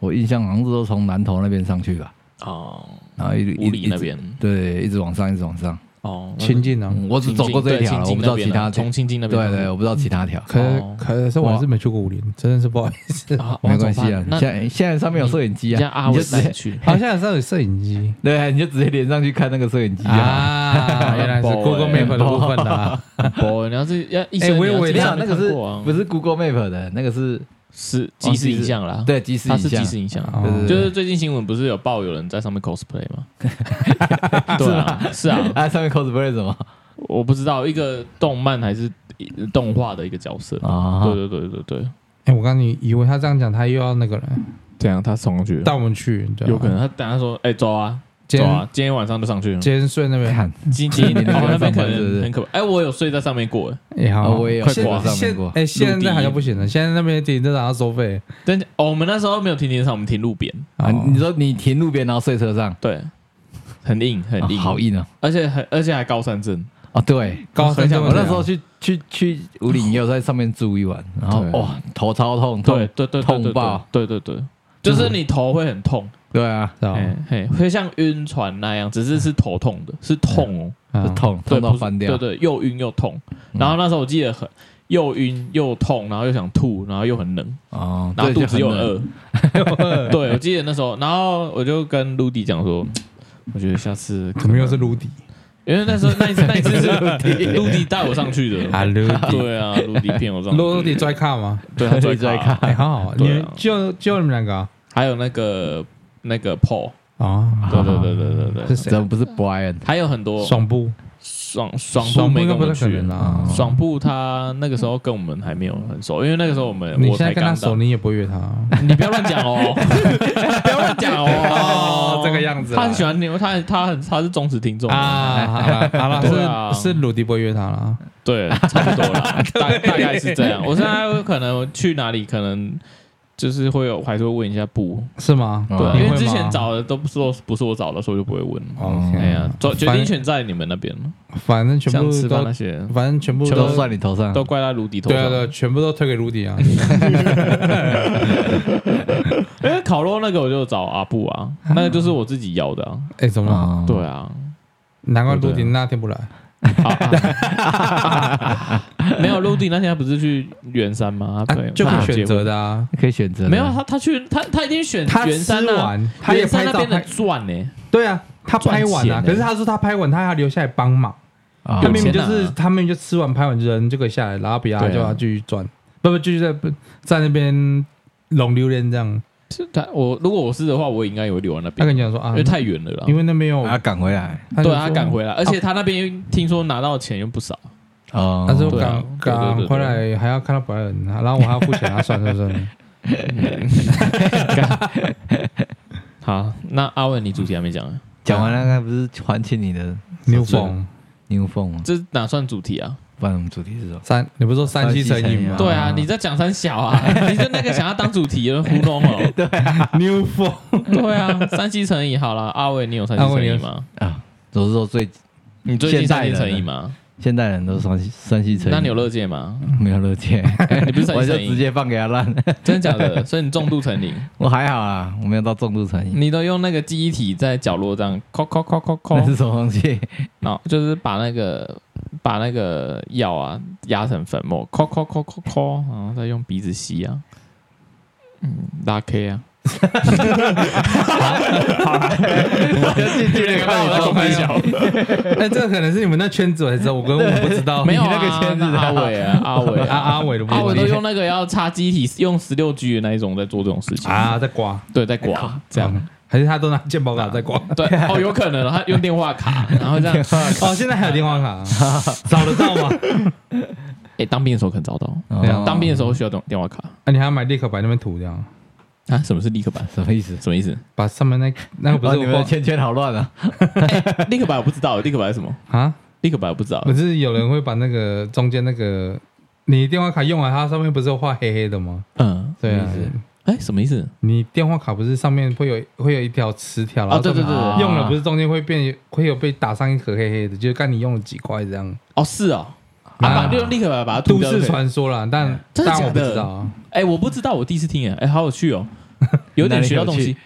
B: 我印象好像是都从南头那边上去吧，
C: 哦，
B: 然后一
C: 五
B: 一
C: 岭那边
B: 一直对，一直往上，一直往上。
C: 哦，那
A: 亲近啊，
B: 嗯我只
C: 清
B: 走
C: 境
B: 过这一
C: 对
B: 条
C: 清
B: 了，
C: 境
B: 我不知道
C: 那边
B: 其他
C: 啊
B: 条。
C: 重庆境那
B: 对
C: 边啊。
B: 对，我不知道其他条。
A: 可
C: 哦
A: 可是我还是没去过武林，真的是不好意思。
C: 啊，
B: 没关系啊，
C: 那
B: 现在现在上面有摄影机
C: 让
B: 啊，
C: 阿
B: 你
C: 伟
B: 就直
C: 带你
B: 接
C: 去。
A: 好像是有摄影 机
B: 对啊，你就直接连上去看那个摄影机啊。
A: 啊，原来是 Google Map 的
C: 欸
A: 部分啊啦。
C: 哦，你要是要一
A: 哎
C: 生，
A: 我以
C: 你要
A: 为
C: 记
B: 没
C: 得
B: 有，那个是
C: 看过啊
B: 不是 Google Map 的？那个是
C: 是即时影像啦？，
B: 对即时
C: 啊它
B: 影
C: 是即
B: 像，
C: 时影像。
A: 哦
B: 对对
C: 就
B: 对
C: 是最近新闻不是有报有人在上面 cosplay 吗？对啊，是啊，
B: 啊，上面 cosplay 什么
C: 我不知道一个动漫还是动画的一个角色。
B: 啊
C: 对对对对对，
A: 哎，我刚你以为他这样讲，他又要那个了，
C: 这样他冲上去
A: 带我们去，对啊
C: 有可能他等下说，哎，走啊，
A: 今
C: 走
A: 天
C: 啊，今天晚上就上去了。
A: 今天睡那边
B: 看，
C: 今今
B: 你那个
C: 哦那边可
B: 上班是不
C: 能
B: 是
C: 很可怕。哎，我有睡在上面过，
A: 也哎好，
B: 啊我也有
A: 现
C: 快挂
B: 上面
A: 现
B: 过
A: 哎，现
C: 陆地
A: 在好像不行了，现在那边停车场要收费。
C: 但哦，我们那时候没有停停车场，我们停路边。
B: 啊，
A: 哦
B: 你说你停路边然后睡车上，
C: 对，很硬，很
B: 啊
C: 硬，
B: 好硬啊！
C: 而且很而且还高山症，
B: 啊，对，
A: 高山症
B: 我那时候去去去五岭也有在上面住一晚， 然后
C: 对
B: 哇头超痛，
C: 对
B: 痛，
C: 对对，对
B: 痛爆，
C: 对对对，对就是你头会很痛，
B: 对啊，
A: 知道
C: 哎
A: 吗
C: 嘿，会像晕船那样，只是是头痛的，是痛哦，
B: 就
A: 啊
B: 嗯痛
C: 对
B: 痛到
C: 不是
B: 翻掉，嗯
C: 对对，又晕又痛。然后那时候我记得很又晕又痛，然后又想吐，然后又很冷，
B: 哦，
C: 然后
B: 对
C: 肚子又，饿，
A: 饿
C: 对我记得那时候，然后我就跟陆迪讲说。我觉得下次可
A: 怎么又是陆地
C: 因为那 时候那一次那一次是陆迪带我上去的，
A: 啊？陆地，
C: 对啊，陆迪骗我上去，
A: 陆地拽卡吗？
C: 对他
B: 陆迪拽
C: 拽卡
B: 咖，
A: 哎，好好，你
C: 对啊
A: 们就就你们两个啊
C: 还有那个那个 Paul，
A: 哦
B: 啊
C: 对对对对对对，
A: 是
B: 很
A: 谁
B: 冷？怎么不是啊 Brian？
A: 哦
C: 还有很多
A: 爽布
C: 爽爽都没跟我
A: 爽布应该不太
C: 们去哦
A: 可能啊啦，
C: 爽布他那个时候跟我们还没有很熟，因为那个时候我们
A: 你
C: 我
A: 现在
C: 才
A: 跟他
C: 刚到
A: 熟，，你也不会约他。
C: 你不要乱讲 哦，不要乱讲哦
A: 哦，这个样子啊
C: 他很喜欢你，他他很他是忠实听众啊，
A: 啊，好 了好
C: 对啊
A: 了，是是鲁迪不会约他了。
C: 对，差不多 啦，大大概是这样。我现在可能去哪里，可能就是会有，还是会问一下布，
A: 是吗？
B: 哦
C: 对啊，
A: 你
C: 因
A: 会
C: 为
A: 吗
C: 之前找的都不是我不是我找的，所以就不会问。
A: OK，
C: 哎呀，决决
A: 反
C: 定权在你们那边了，
A: 反正全
C: 像
A: 部
C: 吃饭那
A: 都，
C: 些
A: 反正全部
B: 都
A: 都
B: 算你头上。
C: 都怪在卢迪头
A: 对啊
C: 上。
A: 对啊，全部都推给鲁迪 啊。
C: 因为啊哎烤肉那个我就找阿布啊，那个就是我自己要的啊。
A: 哎，怎么了？
B: 啊，
C: 对啊，
A: 难怪鲁迪那天不来。
C: 没有卢迪那天他不是去圆山吗？
A: 啊
C: 对，
A: 就
C: 他
A: 可
C: 有
A: 以选
C: 结
A: 择
C: 婚。
A: 的啊。
B: 可以选择的
C: 没有他，他去他他一定选
A: 他
C: 圆山
A: 吃
C: 啊，
A: 完，他也
C: 圆山
A: 拍
C: 那
A: 照
C: 边的
A: 拍，
C: 赚呢。
A: 对啊，他拍完
C: 赚
A: 啊。
C: 钱欸
A: 可是他说他拍完，他还要留下来帮忙。
B: 啊
A: 他
C: 有
A: 明
C: 钱
A: 明
C: 啊
A: 就是他明明就吃完拍完人就可以下来，然后比他
C: 对啊
A: 就要继续转，不不继续在在那边拢榴莲这样。
C: 是他我如果我是的话，我应该也会留在那
A: 他
C: 边，
A: 跟你讲说啊
C: 因为，太远了啦
A: 因。为那边有
B: 把，他啊赶回来
A: 就
C: 对
A: 说啊
C: 啊，他赶回来，而且他那边听说拿到钱又不少。
B: 哦
A: 他说
C: 对啊
A: 赶
C: 对
A: 赶
C: 对对对
A: 回来还要看到白人，然后我还要付钱，啊，算算 算。
C: 好，那阿文，你主题还没讲啊？
B: 讲完了，他不是还清你的
A: 牛凤
B: 牛凤吗？
C: 这哪算主题啊？
B: 不然我们主题是什么？
A: 三，你不是说山西成语吗？
C: 对啊，你在讲三小 啊？你就那个想要当主题，有人糊弄哦。
A: 牛凤，
C: 对啊，三七成瘾好了。阿伟，你有三七成瘾吗？
B: 啊，我是说最
C: 你最近三七成瘾吗？
B: 现代人都山西山西城，
C: 那你有乐界吗？
B: 没有乐见？
C: 你不是 三
B: 我
C: 七
B: 就
C: 成
B: 直
C: 瘾？
B: 接放给他烂。
C: 真的假的？所以你重度成瘾，
B: 我还好啊，我没有到重度成瘾。
C: 你都用那个记忆体在角落这样抠抠抠抠抠
B: 那，是什么东西？
C: 然后就是把那个把那个药啊压成粉末，抠抠抠抠抠，然后再用鼻子吸啊，嗯，拉 K 啊。
B: 进去那
C: 看我在公开笑，
A: 哎，这个可能是你们那圈子，我才知道，我跟我不知道。
C: 没有啊
B: 你那个圈子
C: 那阿伟啊，阿伟
A: 阿
C: 啊，
A: 阿伟的不
C: 阿伟
A: 知
C: 都
A: 道
C: 用那个要插机体，用十六 G 的那一种在做这种事情啊，
A: 啊，在刮嗯
C: 对，在刮这样，，
A: 还是他都拿健保卡在刮？
C: 对，哦，有可能他用电话卡，然后这样，
A: 哦，现在还有电话卡，
C: 啊
A: 找得到吗？
C: 哎，当兵的时候可能找到，
A: 对
B: 哦
A: 啊
C: 哦当兵的时候需要电电话卡
A: 啊，你还要买立可白那边涂掉，
C: 啊？什么是立刻版？
B: 什么意思？
C: 什么意思？
A: 把上面那那个不
B: 哦
A: 是
B: 你
A: 我
B: 们
A: 刮
B: 的圈圈好乱啊！
C: 哎立刻版我不知道，立刻版是什么？
A: 啊？
C: 立刻版我不知道
A: 不，是有人会把那个中间那个你电话卡用完，它上面不是有画黑黑的吗？
C: 嗯，
A: 对啊
B: 什么意思，
C: 哎，什么意思？
A: 你电话卡不是上面会有会有一条磁条，然
C: 哦，
A: 后
C: 对对
A: 上面
C: 对，对
B: 对
A: 用了不是中间会变会有被打上一颗黑黑的，就是看你用了几块这样。
C: 哦是哦，啊，把就用立刻版把它涂
A: 都
C: 掉就
A: 市
C: 可以了。
A: 传说啦，但
C: 真的
A: 但我不
C: 假的
A: 知道啊。
C: 哎、我不知道，我第一次听哎，哎、好有趣哦，有点学到东
B: 哪里
C: 西。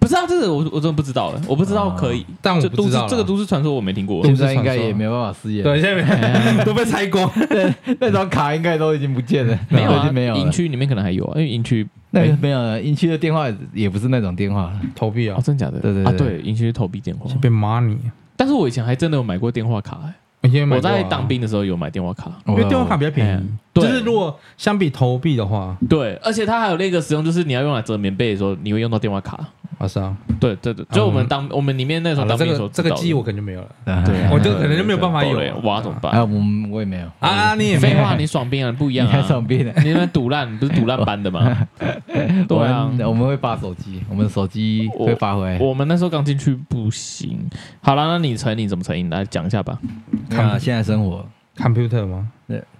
C: 不是啊，这个我我真的不知道了，我不知道可以，
A: 但啊我
C: 这
A: 不
C: 都
A: 知
C: 市
A: 道啦
C: 这个都市传说我没听过
A: 对。
B: 现在应该也没有办法试验。
A: 对，现
C: 哎
A: 在都被拆光。
B: 那张卡应该都已经不见了，
C: 没有
B: 都已
C: 啊，
B: 经没有了
C: 营。区里面可能还有啊，因为营区
B: 那个没有了，营区的电话也不是那种电话了。
A: 投币啊
C: 哦，，真的假的？
B: 对对
C: 啊，
B: 对
C: 对，营区投币电话。
A: 被骂你。
C: 但是我以前还真的有买过电话卡、哎
A: 以前买
C: 我
A: 过啊
C: 在当，兵的时候有买电话卡。
B: 哦
A: 因为电话卡比较便
C: 哎
A: 宜。
C: 对
A: 就是如果相比投币的话，
C: 对，而且它还有那个使用，就是你要用来折棉被的时候，你会用到电话卡。
A: 啊是啊，
C: 对对对，就我们当、我们里面那
A: 嗯
C: 时
A: 好了，
C: 候当
A: 这
C: 兵的时候
A: 个这个
C: 机
A: 机我可能就没有了。
B: 对
C: 啊
A: 我就可能就没有办法有
C: 哇，怎么办？
B: 啊，我们我也没有
A: 啊，你也没
C: 废
A: 有
C: 话，你爽兵啊，不一样
B: 你还
C: 啊！
B: 上病呢。
C: 你们赌烂不是赌烂班 的吗？ 对
B: 我
C: 啊，
B: 们我们会扒手机，我们手机会发回来。
C: 我们那时候刚进去不行。好了，那你成你怎么成瘾？来讲一下吧。
A: 看
B: 那现在生活
A: computer 吗？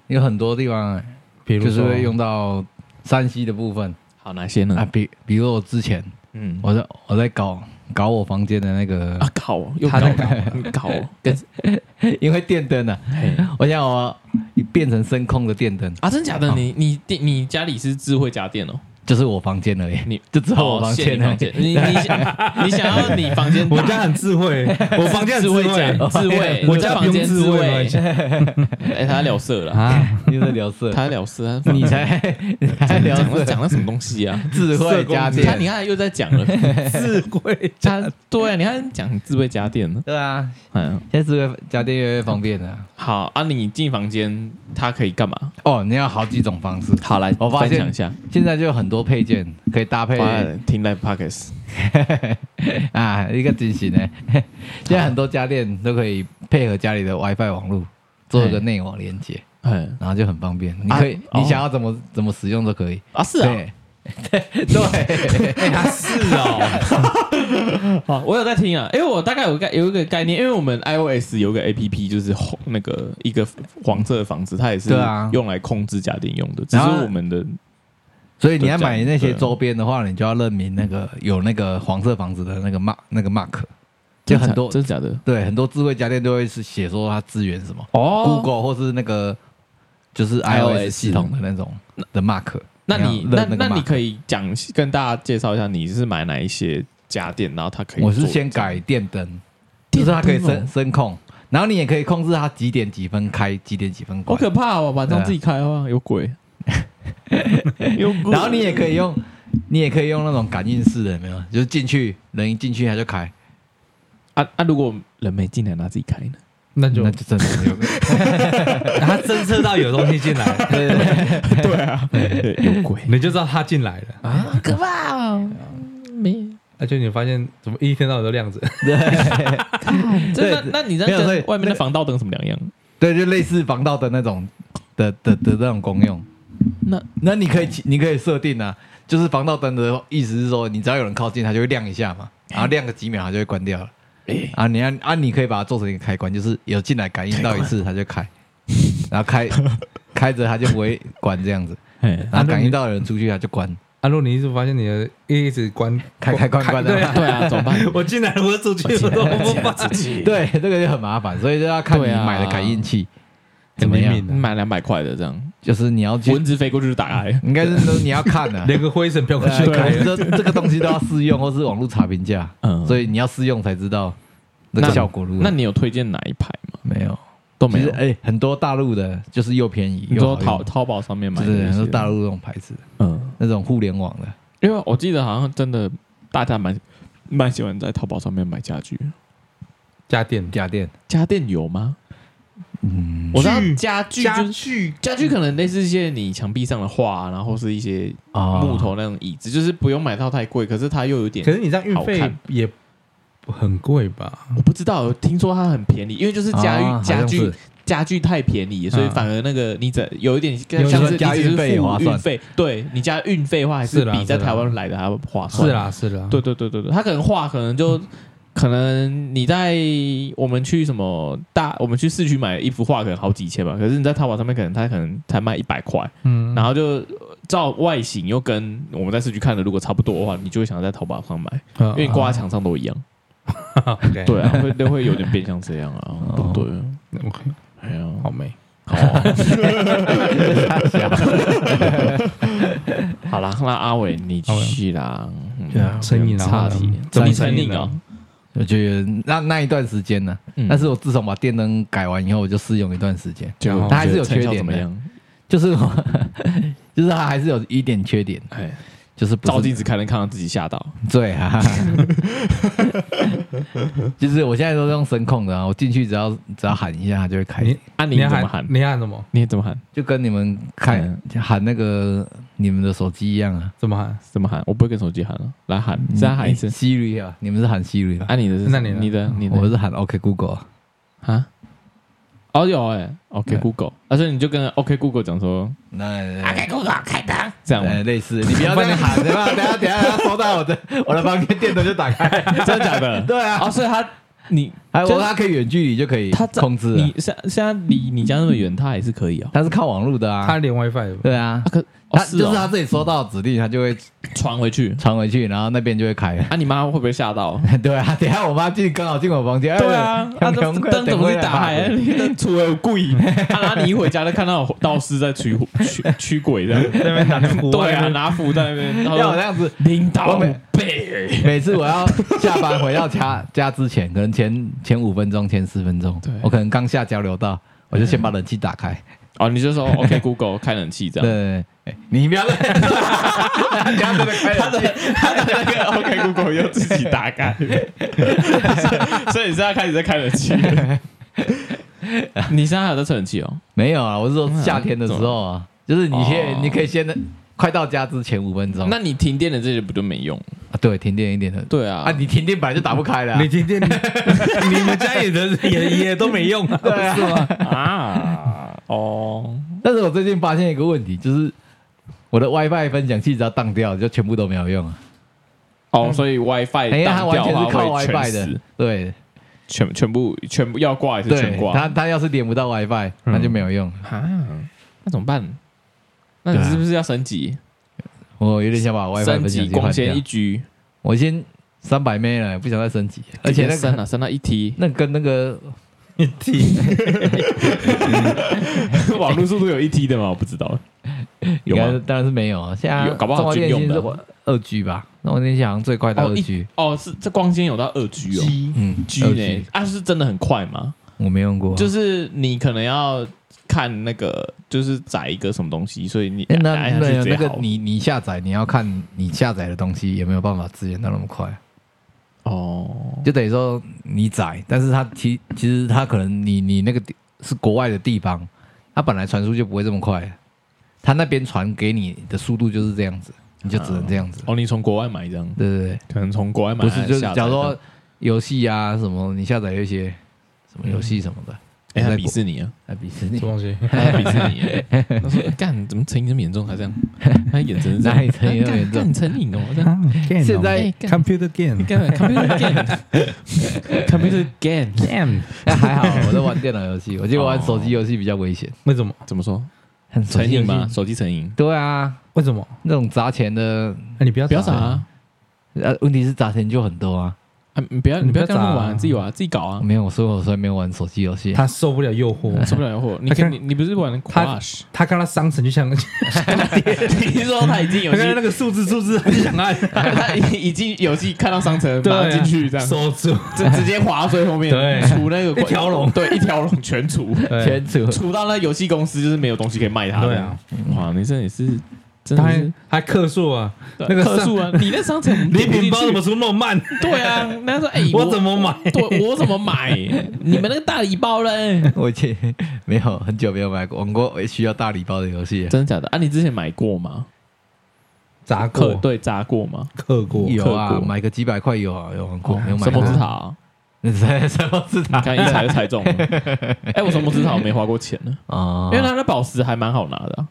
B: 有很多地方哎
A: 比如
B: 就是
A: 说
B: 会用到山西的部分
C: 好，哪些
B: 啊，
C: 呢？
B: 比比如我之前
C: 嗯，
B: 我在我在搞搞我房间的那 个，
C: 啊搞，又搞
A: 他在
C: 又 搞，哦跟
B: 因为电灯啊，
C: 哎嘿
B: 我想我变成声控的电灯，
C: 啊真假
A: 哦
C: 的？你你你你家里是智慧家电哦？
B: 就是我房间而已，
C: 你
B: 就只有我房间
C: 现你
B: 而
C: 房
B: 已。
C: 间，你你想你想要你房 间
A: 我
C: 大
A: 家很智慧，我房间很
C: 智慧
A: 慧哎
C: 家，智慧，
A: 我
C: 你在
A: 家不
C: 房
A: 用
C: 间
A: 智慧吗以
C: 慧。 哎，他在聊色了，
A: 啊，
B: 你在聊 色，
C: 他在聊色，他
B: 你 才 你才聊
C: 讲了
B: 色，
C: 讲了什么东西啊？
B: 智慧家
C: 你看，你
B: 电，
C: 看又在 讲了，
A: 智 慧
C: 他对啊，你看讲智慧家电呢，
B: 对啊，
C: 嗯，
B: 现在智慧家电越来越方便了。
C: 好啊，你进房间它可以干嘛？
B: 哦，你要好几种方式。
C: 好来，
B: 我发
C: 分
B: 现
C: 享一下，
B: 现在就有很多配件可以搭配
C: 哇听 Live Pockets，
B: 啊，一个进 行呢。现在很多家电都可以配合家里的 WiFi 网络做一个内网连接，
C: 嗯
B: 然后就很方便。你可以，
C: 啊
B: 你想要怎么、怎么使用都可以。
C: 啊是啊，
B: 对 对，
A: 哎，他是哦，
C: 好我有在听啊，因为我大概有个概有一个概念，因为我们 iOS 有个 APP 就是红那个一个黄色的房子，它也是
B: 对啊
C: 用来控制家电用的，只是
B: 然后
C: 我们的
B: 所以你要买那些
C: 对
B: 周边的话，你就要认明那个
C: 嗯
B: 有那个黄色房子的那个 mark 那个 mark，就很多
C: 真的假的？
B: 对很多智慧家电都会是写说它支援什么、
A: 哦，
B: Google 或是那个就是 iOS
C: iOS
B: 系统的那种的 mark
C: 那
B: 要
C: 你
B: 认
C: 那
B: 那
C: 那你
B: 以。
C: 可以讲跟大家介绍一下，你是买哪一些家电，然后它可以
B: 我是
C: 做
B: 先改电灯，就是它可以
C: 电灯哦
B: 声声控，然后你也可以控制它几点几分开，几点几分
C: 好
B: 关。
C: 可怕哦！晚
B: 对
C: 上
B: 啊
C: 自己开啊，有 鬼，有鬼。
B: 然后你也可以用，你也可以用那种感应式的，有没有？就是进去人一进去它就开，
C: 啊啊，如果人没进来，那 自己开呢？
A: 那就
B: 那就真的没有。
A: 他侦测到有东西进来了，
C: 对啊，有鬼
A: 你就知道他进来了。
C: 啊，可怕哦！没，
A: 而且你发现怎么一天到晚都亮着？
C: 这
B: 对
C: 那那你这
B: 没有所以
C: 跟外面
B: 那
C: 的
B: 个
C: 防盗灯什么两样？
B: 对，就类似防盗的那种的的的那种功用。
C: 那
B: 那你可以你可以设定啊，就是防盗灯的意思是说，你只要有人靠近，它就会亮一下嘛，然后亮个几秒，它就会关掉了。啊，你按啊，你可以把它做成一个开关，就是有进来感应到一次，它就开，然后开开着它就不会关这样子，
C: 哎，
B: 然后感应到有人出去它就关，
A: 阿路，啊你一直发现你的一直关
B: 开开关关的
A: 对啊，
C: 对啊，怎么办？
A: 我进来了，我出去了，我都不发现。
C: 己，
B: 对，这个就很麻烦，所以就要看你
C: 对啊
B: 买的感应器、
A: 很
B: 怎么样
A: 灵，敏
C: 你买两百块的这样，
B: 就是你要去
C: 蚊，子飞过去就打开。
B: 应该是说你要看的、 啊。
A: 连个灰尘飘过去
B: 对
A: 就开
B: 啊
A: 了。
B: 这这个东西都要试用，或是网络查评价，
C: 嗯
B: 所以你要试用才知道那个效果如何。
C: 那你有推荐哪一排吗？
B: 没有，
C: 都
B: 其
C: 没
B: 实
C: 有。
B: 哎、很多大陆的就是又便宜
C: 你
B: 又
C: 说
B: 好
C: 淘
B: 用，
C: 淘宝上面买
B: 就
C: 的
B: 是
C: 那
B: 很多
C: 些，
B: 大陆那种牌子，
C: 嗯，
B: 那种互联网的。
C: 因为我记得好像真的大家蛮蛮喜欢在淘宝上面买家具。
A: 家电，
B: 家电，
C: 家电有吗？
B: 嗯，
C: 我知道家具就是
A: 具
C: 家具可能类似一些你墙壁上的画、然后是一些
B: 啊
C: 木，头那种椅子，就是不用买到太贵，可是它又有点
A: 可，是你这样运
C: 好
A: 费
C: 看
A: 也不很贵吧？
C: 我不知道，听说它很便宜，因为就是家具、
B: 啊好
C: 家
B: 像
C: 具
B: 是
C: 家具太便宜，所以
A: 啊
C: 反而那个你只有一点
B: 有
C: 像
B: 时候
C: 是
B: 加
C: 你只
B: 运
C: 是
B: 费也划
C: 付运
B: 算
C: 费，对你加运费的话还
A: 是啦
C: 比在
A: 是啦
C: 台湾来的还要划算。
A: 是啦，是啦，
C: 对对对对对，他可能画可能就可能你在我们去什么大，我们去市区买一幅画可能好几千吧，可是你在淘宝上面可能他可能才卖一百块，
A: 嗯，
C: 然后就呃照外形又跟我们在市区看的如果差不多的话，你就会想在淘宝上买，
A: 嗯
C: 因为你挂在墙上都一样。
A: 啊，OK，
C: 对啊，会都会有点变相这样啊，对不对？
A: ，OK，
C: 哎呀，
A: 好美。
C: 好啊，哦 好啦，那阿伟你去啦，嗯
A: 对啊成瘾啊
C: 差题，
A: 怎么
C: 你
A: 成
C: 成
A: 瘾
C: 瘾
A: 啊
C: 啊？
B: 我觉得那那一段时间呢、
C: 嗯
B: 但是我自从把电灯改完以后，我就试用一段时间，
A: 然
C: 啊
A: 后
B: 它还是有缺
C: 成效
B: 点
C: 怎么
B: 的，
C: 样？
B: 就是我 就是它还是有一点缺点，
C: 哎，
B: 就是不是
C: 照镜子才能看到自己吓到。
B: 对啊， 就是我现在都是用声控的啊，我进去只要只要喊一下，它就会开，
A: 你
C: 啊，你
A: 你
C: 怎
A: 喊
C: 么喊？
A: 你喊什么？
C: 你怎么喊？
B: 就跟你们开、
C: 嗯
B: 喊那个你们的手机一样啊。
A: 怎么喊？
C: 怎么喊？我不会跟手机喊了，来喊，再喊一次
B: 嗯。Siri 啊，你们是喊 Siri 吧？
C: 啊，你的是
A: 那你呢
C: 你的你
B: 哦我
C: 的
B: 是喊 OK Google 啊。
C: 啊？哦有哎，OK
B: 对
C: Google，啊所以你就跟 OK Google 讲说
B: 那
C: 这样吗
B: 呃，类似，你不要这样喊，对 吧？等一下等一下，收到我的我的房间电灯就打开。
C: 真的假 的？
B: 对啊，
C: 啊，所以他你
B: 还有
C: 就是
B: 它可以远距离就可以
C: 他在
B: 控制啊，
C: 你现现在离你家那么远，他也是可以啊。
B: 它是靠网络的
A: 他
B: 啊。
A: 连 WiFi 吧
B: 对啊
C: 啊，可哦
B: 它就是
C: 哦
B: 它自己收到指令，它就会
C: 传回去。
B: 传回去，然后那边就会开。
C: 啊，你妈会不会 吓到？
B: 对啊，等一下我妈进刚好进我房间，
C: 对啊，
B: 哎
C: 他
B: 呦
C: 这
B: 赶快
C: 灯怎么去打
B: 赶快
C: 开？
B: 来吧
C: 那 灯除了 鬼，啊然后你一回家就看到有道士在驱驱驱鬼这样。
A: 在那边拿 着
C: 对啊，拿符在那边，然
B: 要我
C: 后
B: 这啊样子，
C: 领
B: 我
C: 导
B: 每
C: 背。
B: 每次我要下班回到家家之前，可能前前五分钟、前十分钟
C: 对，
B: 我可能刚下交流道，我就先把冷气打开。
C: 哦，你 就说 OK Google 开冷 气这
B: 对
C: 样。
B: 对对，哎你不要再， 你要真的开冷气，
C: 那个 OK Google 又 自己打开，所以所以你现在开始在开冷气了。你现在还有在吹冷气哦？
B: 没有啊，我是说夏天的时候啊，就是你可以
C: 哦
B: 你可以先快到家之前五分钟。
C: 那你停电了这些不就没用？
B: 啊对，停电一点的。
C: 对啊
B: 啊，，你停电本来就打不开了啊。
A: 你今天 你们家也的也也都没用啊， 是吗？
C: 啊，哦，
B: 但是我最近发现一个问题，就是我的 WiFi 分享器只要当掉，就全部都没有用啊。
C: 哦，所以 WiFi
B: 因为哎它
C: 当
B: 完
C: 掉
B: 全
C: 的
B: 是
C: 话
B: 靠 WiFi
C: 会全
B: 的
C: 死，，
B: 对
C: 全全部全部要挂也是全
B: 对，
C: 挂嗯
B: 它它要是连不到 WiFi，那就没有用。
C: 啊？那怎么办？那你
B: 对啊
C: 是不是要升级？
B: 我有点想把 WiFi
C: 升
B: 分享
C: 级
B: 器换
C: 光纤
B: 掉
C: 一，居，
B: 我先三百 M 了，不想再升 级，而且那
C: 升
B: 个
C: 了升到一 T，
B: 那跟那 个
A: 你听，
C: 网络速度有一 T 的吗？我不知 道，
B: 应
C: 有
B: 该是
C: 吗？
B: 当然是没有啊，现在
C: 有搞不好
B: 中华电信
C: 军
B: 是
C: 用的
B: 二 G 吧，那我那天好像最快到
C: 哦
B: 二
C: 一
B: G，
C: 哦，是这光纤有到二 G 哦
B: 嗯
C: ，G
B: 二
C: 呢？啊，是真的很快吗？
B: 我没用过啊，
C: 就是你可能要看那个，就是载一个什么东西，所以你
B: 哎
C: 按
B: 那
C: 下
B: 那
C: 去
B: 那
C: 最
B: 个
C: 好。
B: 你你下载，你要看你下载的东西有没有办法支援到那么快，
C: 哦，
B: 就等于说你载，但是它其其实它可能你你那个地是国外的地方，它本来传输就不会这么快，它那边传给你的速度就是这样子，你就只能这样子，
C: 哦，你从国外买这样，
B: 对对对，
C: 可能从国外买
B: 不是就是
C: 下载
B: 假如
C: 这
B: 说
C: 样，
B: 游戏啊什么，你下载一些什么游戏什么的，在
C: 哎，他
B: 国
C: 鄙视 你啊，
B: 来比视你
A: 什么，东西？
C: 他在鄙视你啊， 他说干怎么成瘾这么严重，还这样，他眼神是这样
B: 哪
C: 哎
B: 里成瘾那么严重
C: 干干成瘾哦，这样。
B: 现在
A: computer game
C: 干 computer game，computer game
A: game
B: 那哎还好，我在玩电脑游戏，我觉得玩手机游戏比较危险，
A: 为什么？
C: 怎么说？
B: 很
C: 成瘾吗？？手机成瘾？
B: 对啊，
A: 为什么？
B: 那种砸钱的，
A: 那你不要
C: 不要傻啊！
B: 呃，问题是砸钱就很多啊。
C: 啊你不要，你不要
A: 你不要
C: 跟他
A: 傻啊
C: 玩，自己玩，自己搞啊！
B: 没有，所以我说没有玩手机游戏。
A: 他受不了诱惑，
C: 受不了诱惑，你
A: 他
C: 跟
A: 看
C: 你你不是玩
A: 他
C: Crush？
A: 他看到商城就想，
C: 你说他已经
A: 他看到那个数字数 字他就想按，
C: 他已经游戏看到商城，
A: 对
C: 马
A: 啊，
C: 上进去这样，
A: 收住，
C: 直直接滑到最后面，
A: 对
C: 除那个
A: 一条龙
C: 对，一条龙 全除，
A: 对
B: 全组
C: 除到那游戏公司就是没有东西可以卖他。嗯
A: 对啊，
C: 哇，你这也是真
A: 他
C: 的
A: 还
C: 是
A: 还克数啊，
C: 对
A: 那个
C: 客数啊，你那商城
A: 礼品包怎
C: 么？
A: 么出那么慢？
C: 对啊，那说哎，
A: 我怎么买？
C: 对我怎么买？你们那个大礼包嘞？
B: 我以前没有很久没有买过，玩过需要大礼包的游戏。
C: 真的假的？啊，你之前买过吗？
A: 砸
C: 克
A: 过
C: 对砸过吗？
A: 克过，
B: 有啊
C: 氪，过
B: 买个几百块有啊，有玩过，
A: 哦
B: 有买
C: 神
B: 过
C: 魔。之塔啊，
B: 什 什么之
C: 你
B: 塔
C: 啊 看一踩就踩中了。哎，我神魔之塔我没花过钱 呢，
B: 啊
C: 因为它的宝石还蛮好拿的啊。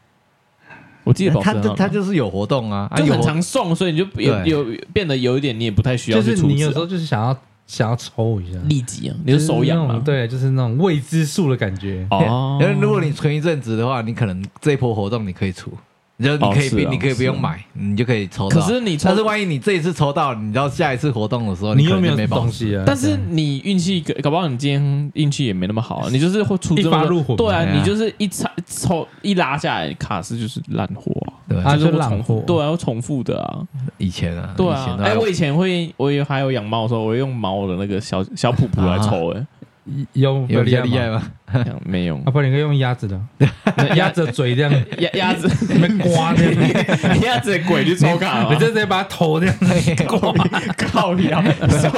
C: 我记得宝石
B: 他
C: 很好拿
B: 他就是有活动啊，啊
C: 就
B: 有
C: 很
B: 活
C: 常送，所以你就有
B: 对
C: 有变得有一点，你也不太需要
A: 就
C: 去
A: 是
C: 处
A: 你
C: 置
A: 有时
C: 啊。
A: 候就是想要想要抽一下，
C: 立即啊，你是手痒
A: 就是那
C: 嘛
A: 种？对，就是那种未知数的感觉。
C: 哦，
B: 因为如果你存一阵子的话，你可能这一波活动你可以出，然后你可以
C: 哦是
B: 不
C: 啊
B: 你可以不
C: 是
B: 用
C: 啊
B: 买，你就可以抽到。
C: 可是你抽
B: 但是万一你这一次抽到，你到下一次活动的
C: 哦
B: 时候，
A: 你
B: 可
A: 又
B: 能
A: 没
B: 就
A: 有
B: 没保
A: 东
B: 持
A: 西啊？
C: 但是你运气搞搞不好，你今天运气也没那么好 啊，你就是会出这么
A: 一发
C: 多
A: 入魂
C: 对啊，
B: 哎呀
C: 你就是一插抽一拉下来，卡斯就是烂货啊，
B: 对
A: 啊
B: 啊，
C: 就是
A: 就
C: 会
A: 烂
C: 重复
A: 货
C: 对啊，会重复的啊，
B: 以前啊，
C: 对
B: 以前
C: 啊。
B: 都
C: 哎，
B: 还
C: 我以前会，我有还有养猫的时候，我会用猫的那个小小噗噗来抽， 哎，
A: 有
B: 有比较厉
A: 厉
B: 害
A: 害吗？
B: 吗？
C: 这样没用
A: 啊，，不然你可以用鸭子 的，鸭子的嘴这样，
C: 鸭鸭子
A: 被刮这样，
C: 鸭子的鬼去 抽卡啊嘛
A: 你，就直接把它头这样刮。
C: 靠呀，就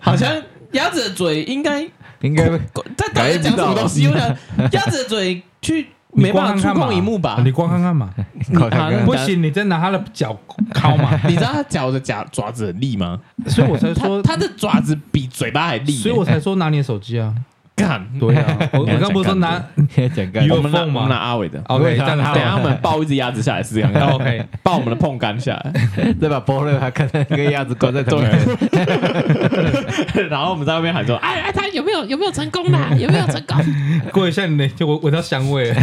C: 好像鸭子的嘴应该
B: 应该会
C: 他到底在讲什么东西？我 想鸭子的嘴去
A: 你
C: 没
A: 刮
C: 办
A: 看
C: 法
A: 看
C: 触
A: 嘛
C: 碰荧幕吧？
A: 你光看看嘛，
B: 搞
C: 啊那
B: 那
C: 不
A: 不行，你再拿他的脚敲嘛，
C: 你知 道他脚的夹爪子很利吗？
A: 所以我才
C: 他
A: 说，
C: 他的爪子比嘴巴还利耶，
A: 所以我才说拿你的手机啊。
C: 干。
A: 对啊， 我我刚不是说拿
B: 个讲干
A: 有
C: 我们拿
A: phone 吗
C: 我们拿阿伟的，
A: OK，这样
C: 等一下我们抱一只鸭子下来试试 看看
A: OK
C: 抱我们的碰杆下来，
B: 再把波瑞还看那个鸭子关在头上，
C: 对， 然后我们在外面喊说：“哎哎，他有没有有没有成功啦？有没有成功
A: 过一下你的，就我闻到香味了。？”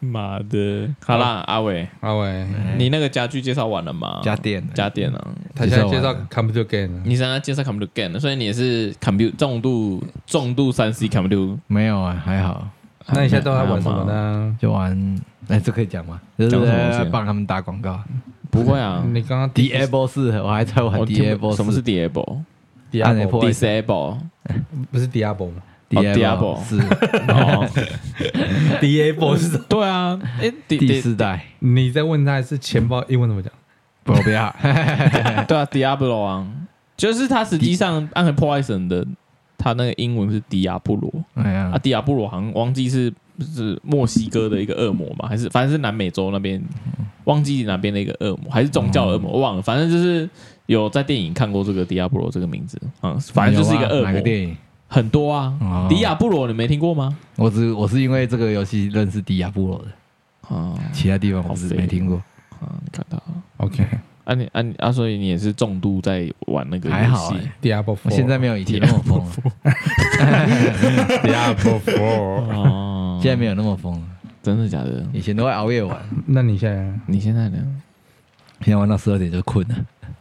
C: 妈的，好啦，阿伟，
A: 阿伟，
C: 你那个家具介绍完了吗？
B: 家电啊
C: 嗯家电啊，
A: 他现在介
B: 介绍
A: 绍
B: 完了
A: computer game 了
C: 你现在介绍 computer game，了所以你也是 computer 重度重度三 C computer。
B: 没有啊，还好，
A: 那你现在都在玩什么
C: 啊
A: 呢？
B: 就玩。哎，这可以讲吗？就
C: 讲什么东西
B: 是
C: 啊
B: 帮他们打广告。
C: 不会啊，
A: 你刚刚
B: d a b l e 四，我还在玩
C: 我
B: d
C: 听
B: a
C: 不
B: b l e
C: 什么是 Diablo？
B: 按
A: Diablo
B: Apple 不好意思
C: Disable
A: 不是 Diablo 吗
B: d a b l
C: Diablo
B: e 四
C: 哦，
A: ？Diablo 是什么
C: 对啊，哎，第
B: 第四代？
A: 你在问他是钱包英文怎么讲？
B: 不不要，
C: 对啊，Diablo 啊，就是它实际上暗黑破坏神的，他那个英文是迪亚布罗
B: 哎呀
C: 啊，，迪亚布罗好像忘记是是墨西哥的一个恶魔嘛，还是反正是南美洲那边忘记哪边的一个恶魔，还是宗教恶
B: 嗯
C: 魔，我忘了，反正就是有在电影看过这个迪亚布罗这个名字，嗯，反正就是一个
B: 有
C: 恶
B: 啊哪
C: 魔
B: 个，电影？
C: 很多啊，
B: 哦
C: 迪亚布罗你没听过吗？
B: 我只我是因为这个游戏认识迪亚波罗的，
C: 啊
B: 其他地方我是
C: 好
B: 没
C: 废
B: 听过。
C: 啊，你看到了。
A: OK，
C: 啊你啊你啊，所以你也是重度在玩那个游戏
B: 还好欸
A: 第二波，
B: 我现在没有以前那么疯了，
A: 第二波 four。
C: 哦，
B: 现在没有那么疯了，
C: 真的假的？
B: 以前都会熬夜玩，
A: 那你现在
C: 你现在呢？
B: 现在玩到十二点就困了。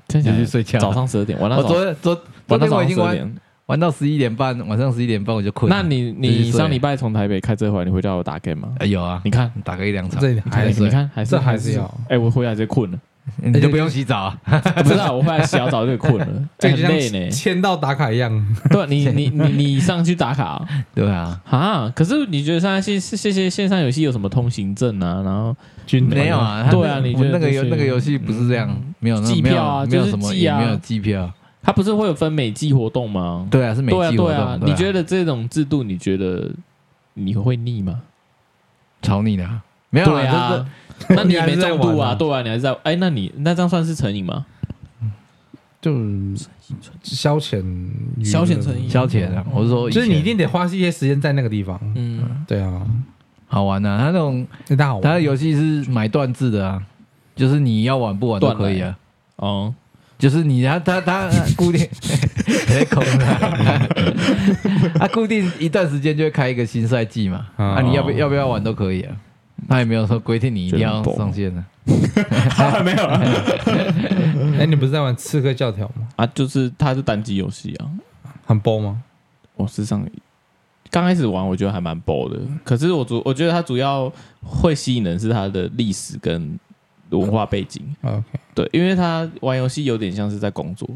C: 真的假的
B: 就去睡觉
C: 早上十二点，玩到
B: 我
C: 早，
B: 哦昨天昨昨
C: 玩到
B: 天
C: 早
B: 我已
C: 上
B: 经
C: 十二
B: 玩
C: 点。
B: 玩到十一点半，晚上十一点半我就困了。
C: 那你
B: 就
C: 你
B: 去睡
C: 上礼拜从台北开车回来，你回家有打 game 吗？
B: 哎有啊？
C: 你看，
B: 你打个一两场，
A: 这里
C: 你看
A: 还
B: 是
C: 哎你看，还是
A: 这还是要。
C: 哎，我回来直接困了，
B: 你
A: 哎
B: 就不用洗澡啊？
C: 啊不是啊，我回来洗好澡就困了，哎
A: 这
C: 很
A: 就像
C: 累呢。
A: 签到打卡一样，
C: 对，啊你你你你上去打卡啊
B: 对啊，
C: 啊？可是你觉得现在线线线线上游戏有什么通行证啊？然后
A: 军
B: 没有啊，他
C: 对啊
B: 那
C: 你
B: 我
C: 觉得
B: 那个游
C: 就是
B: 那个游戏不是这样，没有那
C: 计票啊
B: 没有没有
C: 就是
B: 什么
C: 寄
B: 也
C: 啊
B: 没有机票，
C: 它不是会有分每季活动吗？
B: 对啊，是每
C: 对啊，
B: 季活
C: 对啊
B: 动。，
C: 你觉
B: 得
C: 得这种制度，你觉得你会腻吗？
B: 吵你的啊？没有
C: 对
B: 啊，
C: 啊，那你
A: 你
C: 也
A: 还
C: 没
A: 是在
C: 重度
A: 玩
C: 啊，
A: 啊
C: 对啊，你还是在哎，那你那这样算是成瘾吗？
A: 就消遣娱乐，
C: 消遣成
B: 这
C: 瘾
B: 是消遣啊。我是说以
A: 就
B: 前，
A: 是你一定得花一些时间在那个地方。
C: 嗯，
A: 对啊，
B: 好玩啊，他那种
A: 那大好
B: 他的
A: 玩。
B: 游戏是买断制的啊，就是你要玩不玩都可以
C: 断
B: 啊。
C: 哦，
B: 就是你他他他固 定，别空了，他固定一段时间就会开一个新赛季嘛，
A: 哦
B: 啊，你要不要不要玩都可以啊，他也没有说规定你一定要上线啊的，
C: 没有
A: 哎，你不是在玩《刺客教条》吗？
C: 啊，就是它是单机游戏啊，
A: 很崩吗？
C: 我是上刚开始玩，我觉得还蛮 b 的，可是我主我觉得它主要会吸引人是它的历史跟文化背景，
A: 哦 OK，
C: 对，因为它玩游戏有点像是在工作，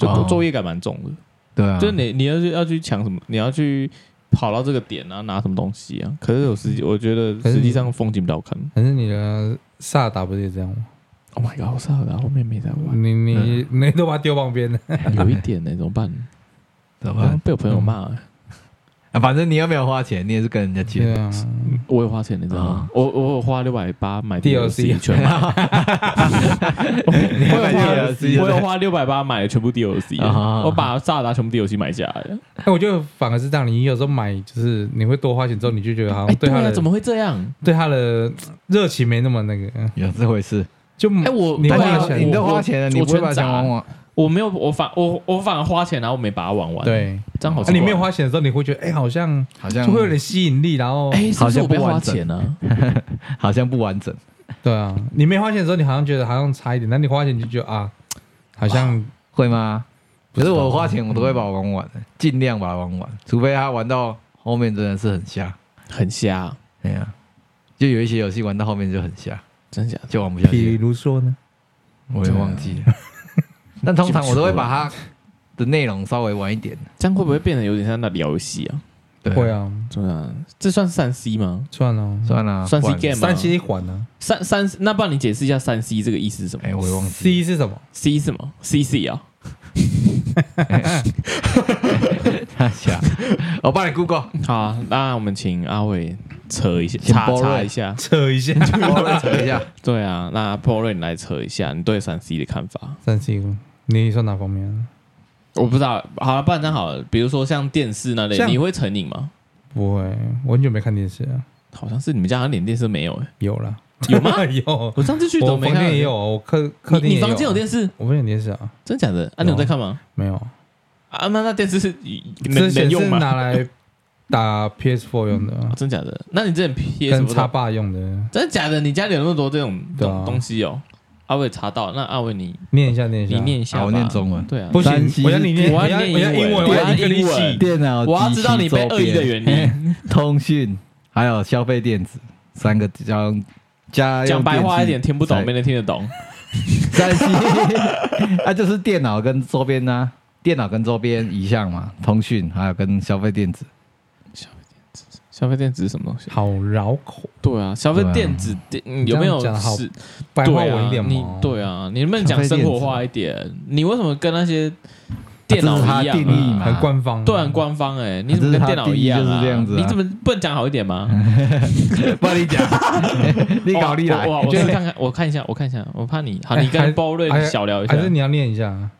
B: 哦
C: 就作业感蛮重的。
B: 对啊，
C: 就是你你要去要去抢什么，你要去跑到这个点啊，拿什么东西啊？可是有实际，我觉得
A: 可是
C: 实
A: 你
C: 际上风景比较好看。
A: 可是你的萨达不是也这样吗？
C: Oh my god！我操，然后后面没在玩，
A: 你你你都把它丢旁边了。
C: 有一点呢、怎么 办？
B: 怎么办？
C: 被我朋友骂、
B: 啊，反正你又没有花钱，你也是跟人家 借
A: 对
B: 的，
A: 啊，
C: 我有花钱，你知道吗？我我有花六百八买
A: DLC
C: 全买，
B: 你
C: 我
B: 还买
C: 有
B: DLC
C: 花我有
B: 的
C: 花六百八买全部 DLC，
B: 啊哈
C: 我把萨尔达全部 DLC 买下来了。
A: 哎，我觉得反而是这样，你有时候买就是你会多花钱之后，你就觉得好
C: 哎，
A: 像哦对
C: 对
A: 他
C: 啊，
A: 的
C: 怎么会这样？
A: 对他的热情没那么那个，嗯
B: 有这回事。
A: 就
C: 哎，我
A: 你
B: 但
C: 对
A: 花
C: 啊
B: 你
A: 钱
B: 你都
C: 我
B: 花钱了，
C: 我
B: 你不会把
C: 全砸
B: 钱玩完？
C: 我没有，我反我我反而花钱，然后我没把它玩完。，
A: 对。
C: 这样好
A: 啊
C: 奇怪。
A: 你没有花钱的时候，你会觉得哎，好像
B: 好像
A: 就会有点吸引力，然后
C: 哎，是
B: 好
C: 不是
B: 像
C: 我不要
B: 不完
C: 花
B: 整
C: 钱啊呢？
B: 好像不完整，
A: 对啊，你没花钱的时候，你好像觉得好像差一点，那你花钱你就觉得啊，好像
B: 会吗？可
A: 知
B: 是
A: 道
B: 我花钱，我都会把它玩完的，尽量把它玩完，除非他玩到后面真的是很瞎。
C: 很瞎，
B: 哎呀，就有一些游戏玩到后面就很瞎，
C: 真假的？
B: 就玩不下
A: 比
B: 去了，
A: 如说呢，
B: 我也忘记了。 但通常我都会把它的内容稍微玩一点。
C: 这样会不会变得有点像在聊游戏啊？
B: 对，
A: 会啊，
C: 对啊，这算三 C 吗？
A: 算了，
B: 算了，
C: 算是
B: 不然
C: game 吗
A: 三 C 一啊环呢
C: 三三，那不然你解释一下三 C 这个意思是什么
B: 哎，我也忘记
A: ，C 是什么？
C: ？C 是什么？CC 啊？
B: 了。瞎，哎我帮你 Google。
A: 嗯
C: 好啊，那我们请阿伟扯一下，
B: 请
C: 查
B: Paul
C: 查
B: Rudd
C: 一下。
A: 扯一下，
B: 我来查一下，
C: 对啊，那 Paul 瑞你来扯一下你对三 C 的看法。
A: 三 C，你说哪方面啊？
C: 我不知道，好了，不然这样好了，比如说像电视那类，
A: 像
C: 你会成瘾吗？
A: 不会，我很久没看电视了，
C: 好像是你们家好像连电视都没有哎，
A: 有了，
C: 有 吗
A: 有，
C: 我上次去怎
A: 我
C: 么没
A: 房
C: 看？
A: 间也有，啊我客客厅
C: 你
A: 也啊
C: 你房间有电视？
A: 我房间有电视啊，
C: 真假的？啊，你有
A: 有
C: 在看吗？
A: 没有，
C: 啊，那那电视是
A: 之
C: 能能
A: 前
C: 用
A: 是
C: 吗？
A: 拿来打 PS4 用的
C: 啊，真假的？那你之前 P 什
A: 跟
C: 么
A: 插
C: 的？
A: 霸用的，
C: 真的假的？你家里有那么多这种这
A: 对啊
C: 种东西哦？阿伟查到，那阿伟你
A: 念一下念一下，
C: 你念一下吧，
B: 好我念中文
C: 对啊，
A: 不行
B: 三，C
A: 我要你念，
C: 我
A: 我要
C: 要念
A: 我要英文，
C: 英文
A: 我要
C: 对
A: 英
C: 我要英文
A: 文，
B: 电脑，
C: 我要知道你被恶意的原因。
B: 通讯还有消费电子三个家家
C: 讲
B: 用
C: 白话
B: 电器
C: 一点，听不懂，没人听得懂。
B: 三 C，啊，就是电脑跟周边呢、电脑跟周边一项嘛，通讯还有跟消费 电子，
C: 消费电子是什么东西？
A: 好绕口，
C: 对啊，消费电子电嗯有没有
A: 你这样讲得好
C: 是？
A: 白话
C: 对
A: 文一
C: 啊，
A: 点
C: 你
A: 嘛，
C: 对啊，你能不能讲生活化一点？你为什么跟那些电脑
B: 这是他
C: 一样、啊，
B: 定义嘛
A: 很官方，啊
C: 对，很官方哎、你怎么跟电脑一样、
B: 这是他
C: 啊？
B: 定义就是这样子啊
C: 你怎么不能讲好一点吗？
B: 不然你 讲，你搞你来，
C: 哦我我我
B: 就
C: 去
B: 是
C: 看看，我看一下，我看一下，我怕你，好，
A: 哎
C: 你
A: 还
C: 跟包瑞
A: 还
C: 小聊一下
A: 还。是你要念一下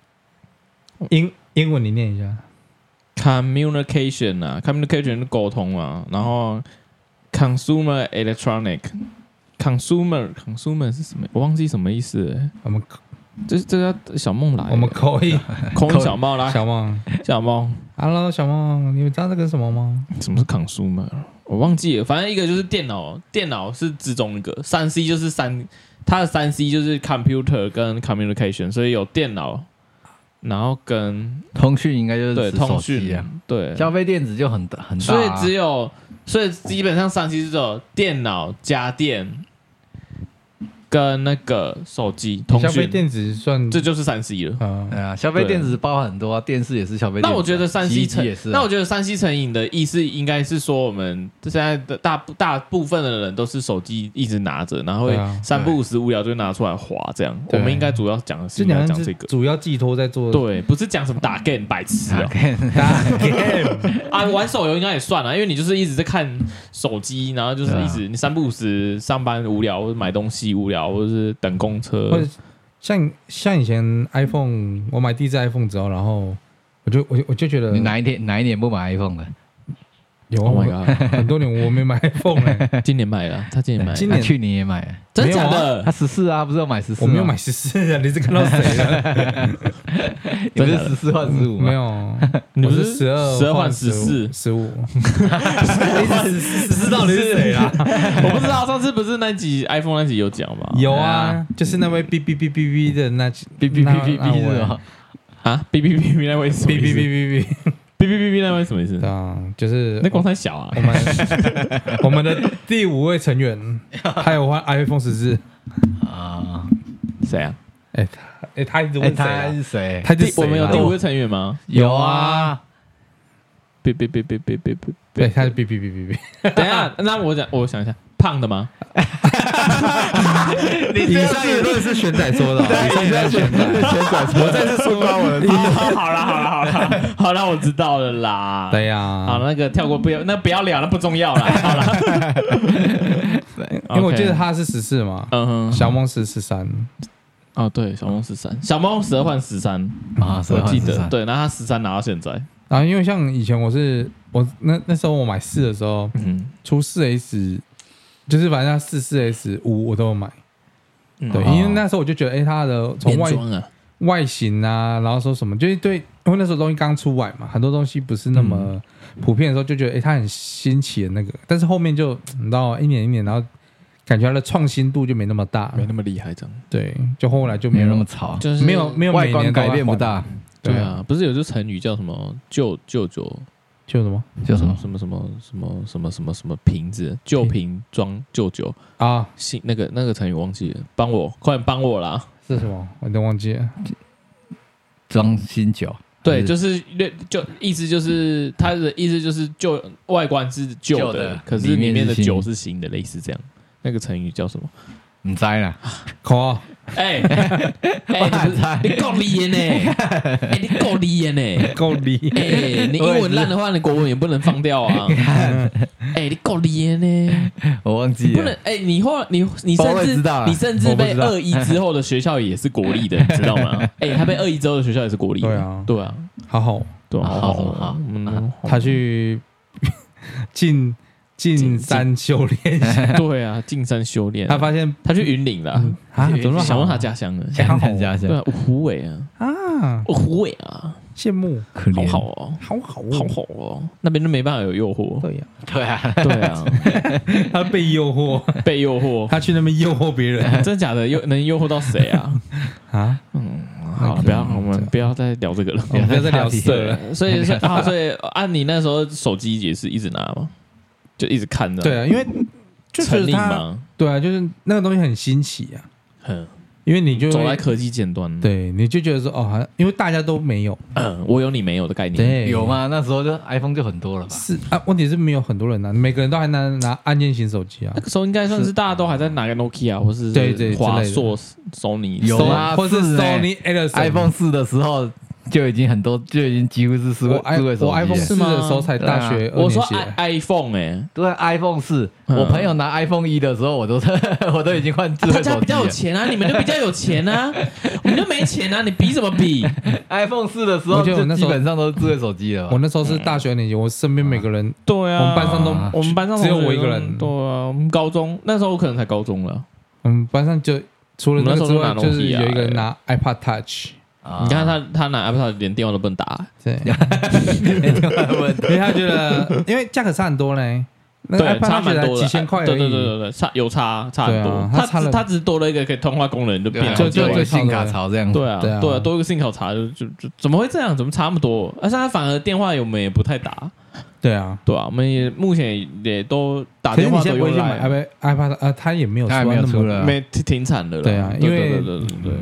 A: 英英文，你念一下。
C: communication 啊，communication 是沟通啊，然后 consumer electronic。consumer consumer 是什么？我忘记什么意思了。
A: 我们
C: 这这叫小梦来了，
A: 我们口译，
C: 空小梦来，
A: 小梦
C: 小梦。
A: ，Hello，小梦，你们知道这个是什么吗？
C: 什么是 consumer？我忘记了，反正一个就是电脑，电脑是之中一个，三 C 就是三，它的三 C 就是 computer 跟 communication，所以有电脑，然后跟
B: 通讯应该就是
C: 对
B: 指
C: 通
B: 手机
C: 讯
B: 啊，，
C: 对，
B: 消费电子就很大很大
C: 所以
B: 啊，
C: 只有，所以基本上三 C 是只有电脑、家电跟那个手机通
A: 消费
C: 讯，
A: 电子算
C: 这就是三 C 了。
A: 啊，
B: 对啊，消费电子包含很多啊，电视也是消费电子啊。
C: 那我觉得山西
B: 洗衣机
C: 成
B: 也是啊，
C: 那我觉得山西成瘾的意思应该是说，我们现在的大大部分的人都是手机一直拿着，然后会
A: 对啊
C: 三不五时无聊就拿出来划这样。我
A: 对
C: 们应该主要讲的是
A: 这
C: 应该
A: 两
C: 讲
A: 样
C: 这
A: 是
C: 个，
A: 主要寄托在做
C: 对， 不是讲什么打 game 白痴
B: 啊
C: 啊
B: 看
A: 打 game，
C: 啊！玩手游应该也算了，因为你就是一直在看手机，然后就是
B: 对啊
C: 一直你三不五时上班无聊，或者买东西无聊，或者是等公车
A: 或，者 像像以前 iPhone，我买第一只 iPhone 之后，然后我就我就我就觉得
B: 你哪一天哪一年不买 iPhone 的？
A: 有
C: Oh my 啊
A: 啊，我 很多年我没买 iPhone 嘞，
C: 今年买了，他今年买呃了，
A: 今年
B: 啊去年也买了，
C: 真的假
A: 没
C: 的
B: 他？十四啊，不是要买十四？
A: 我没有买，十四啊，你是看到谁了？
B: 你不是
C: 真的
B: 十四换十五啊
A: 没
B: 吗？
A: 有，
C: 你
A: 我
C: 不
A: 是
C: 是
A: 十二
C: 12换14
A: 十五，你十四到底是谁
B: 啊
A: 啦？
C: 我不知道上次不是那集 iPhone 那集有讲 吗？
A: 有
B: 对
A: 啊
B: 啊，
A: 就是那位哔哔哔哔哔的那
B: 哔哔哔哔哔是
A: 吧？
B: 吗？
C: 啊哔哔哔哔那位是什
A: 哔
C: 么
A: 哔
C: 意
A: 哔哔
C: 思哔哔哔哔那位是什么意思
A: 哔，？啊，就是
C: 那光太小啊
A: 我！ 们我们的第五位成员，他有换 iPhone 十四，
B: 啊，
C: 谁啊？
A: 哎，他哎，他一直
B: 哎，
A: 问谁
B: 他
A: 啊？哦
B: 是谁？
A: 他一直
C: 第我们有第五，位成员吗？
B: 有 啊，
C: 哔哔哔哔哔哔哔
A: 对，他是哔哔哔哔哔。
C: 哔。等一下，那我想我想一下，胖的吗？
A: 以上言论是玄仔说的哦，以上言论是玄仔。
D: 我再次说光我的
C: 好啦好啦好啦，好啦，我知道了啦。
A: 对啊呀，
C: 好，那个跳过不要，那不要聊，那不重要啦。 好啦，
A: 因为我
C: OK
A: 记得他是十四嘛，
C: 嗯哼，
A: 小梦是十三，
C: 哦对，小猫十三，小猫十二换十三，
B: 啊，
C: 我
B: 12换
C: 记得
B: 13，
C: 对，那他十三拿到现在，
A: 然后因为像以前我是我那那时候我买四的时候，
C: 嗯，
A: 出四 S，就是反正四四 S 五我都有买，
C: 嗯
A: 对，
B: 哦
A: 因为那时候我就觉得，哎，它的从外
C: 变装啊，
A: 外形啊，然后说什么，就是对，因为那时候东西刚出来嘛，很多东西不是那么普遍的时候，就觉得哎、诶它很新奇的那个，但是后面就你知道，一年一年，然后感觉它的创新度就没那么大，
C: 没那么厉害，这样
A: 对，就后来啊就
B: 没
A: 没
B: 有
A: 有
B: 那么吵，
C: 就是
A: 没有没有
B: 外
A: 每
B: 观
A: 年都在
B: 改变不
A: 换，
B: 大，
A: 对
C: 对
A: 啊
C: 啊，不是有句成语叫什么“旧旧酒
A: 就什么
B: 叫什么？
C: 什么什么什么什么什么什么瓶子，旧瓶装旧酒”，
A: 啊
C: 新那个那个成语忘记了，帮我，快点帮我啦！
A: 是什么，我都忘记了，
B: 装新酒，
C: 对，
B: 是
C: 就是略就意思就是它的意思就是旧外观是旧
B: 旧
C: 的
B: 的，
C: 可是里
B: 里面
C: 面
B: 是
C: 的
B: 新
C: 酒是新的，类似这样。那个成语叫什么？
B: 你摘了，
A: 口
C: 哎哎，你不是你够厉害 呢！哎，你够厉害呢！
A: 够力，
C: 哎、你英文烂的话，你国文也不能放掉 啊！哎、你够厉害呢！
B: 我忘
C: 你
B: 记
C: 不能
B: 了，
C: 哎、你后来你你
B: 我
C: 甚
B: 也
C: 至
B: 知道啦
C: 你甚至
B: 我不
C: 被
B: 知道
C: 二一之后的学校也是国立的，你知道 吗？哎、他被二一之后的学校也是国立的，
A: 对啊
C: 对啊，
A: 好好，
C: 对啊，
B: 好好
C: 好好
B: 好，
C: 嗯，
A: 他去进进山修炼一 下，
C: 对啊，进山修炼，
A: 他发现
C: 他去云岭了
A: 啊，怎么那么好
C: 想问他家乡了，
A: 想
B: 看一下
C: 对啊，胡伟啊，
A: 啊，
C: 哦胡伟啊，
A: 羡慕，
B: 可
C: 好
B: 怜，
C: 好哦，
A: 好好
C: 好好哦，那边都没办法有诱惑，
A: 对呀、
B: 对啊，
C: 对啊，
A: 他被诱惑，
C: 被诱惑，
A: 他去那边诱惑别人
C: 真假的诱能诱惑到谁 啊？
A: 啊！
C: 好，不要，我们不要再聊这个 了。
A: 我们不要再聊色了。
C: 对，所以 是啊，所以按你那时候手机也是一直拿嘛，就一直看着，
A: 对，啊，因为就
C: 成
A: 是
C: 瘾
A: 他，
C: 嘛，
A: 对啊，就是那个东西很新奇啊，
C: 嗯，
A: 因为你就
C: 走在科技尖端，，
A: 对，你就觉得说哦，好像因为大家都没有，
C: 嗯，我有你没有的概念，
A: 对，
B: 有？吗？那时候就 iPhone 就很多了吧？
A: 是啊，问题是没有很多人拿，每个人都还拿拿按键型手机啊
C: 那，个时候应该算是大家都还在拿个 Nokia 或是
A: 对对之
C: 华
A: 类的
C: 硕、索尼，
B: 有啊
A: 或是
B: 是欸
A: Sony Ericsson
B: iPhone 四的时候，就已经很多，就已经几乎是数
A: 我
B: 位数位
A: i
B: 手机
A: 我 iPhone
B: 了
A: 四的时候才大学二
C: 啊我
A: 年
C: 说
A: 级，
C: i iPhone 哎、
B: 对啊 iPhone 四，我朋友拿 iPhone 一的时候，我都是 我都已经换智
C: 大
B: 慧
C: 家
B: 手
C: 比
B: 机
C: 较有
B: 了。
C: 钱啊，你们就比较有钱 啊，我们就没钱啊，你比什么比？
B: iPhone 四的时候
A: 我记得我
B: 就
A: 那时
B: 基
A: 候
B: 本上都是智慧手机了
A: 我
B: 吧。
A: 那时候是大学二年级，我身边每个人
C: 对啊，
A: 我们班上都
C: 我们班上
A: 只有
C: 同学
A: 我一个
C: 都
A: 人啊
C: 对啊，我们高中那时候我可能才高中了。
A: 我们嗯班上就除了那个之
C: 我
A: 外，
C: 们那时候都拿
A: 就
C: 诺
A: 是
C: 基亚
A: 有一个人拿 iPad Touch，
B: 啊
C: 你看他，他拿 iPad 连电话都不能打、
A: 对， 因为他觉得因为价格差很多嘞，那个
C: 对，
A: iPad
C: 差
A: Touch
C: 蛮
A: 才
C: 多的，
A: 几千块而已，
C: 对对对对对，差有差差很
A: 对啊
C: 多，
A: 它
C: 他
A: 差了
C: 只他只是多了一个可以通话功能，就变
B: 对啊
C: 了
B: 就
C: 对
B: 就
A: 对
B: 有
A: 对
B: 信卡潮这样。
C: 对啊
A: 对啊
C: 对啊，多一个信号查就就就怎么会这样？怎么差那么多？而且他反而电话我们也不太打，
A: 对啊。
C: 对啊，我们也目前也都打
A: 可是
C: 电
A: 你
C: 话
A: 现
C: 都
A: 在不会
C: 有
A: 去买
C: 来，
A: iPad iPad 啊？他也没有出
B: 他
A: 啊
B: 也没有
A: 那
B: 出
A: 么
B: 了，
C: 没停停产了啦，
A: 对啊因为嗯
C: 对对对对对，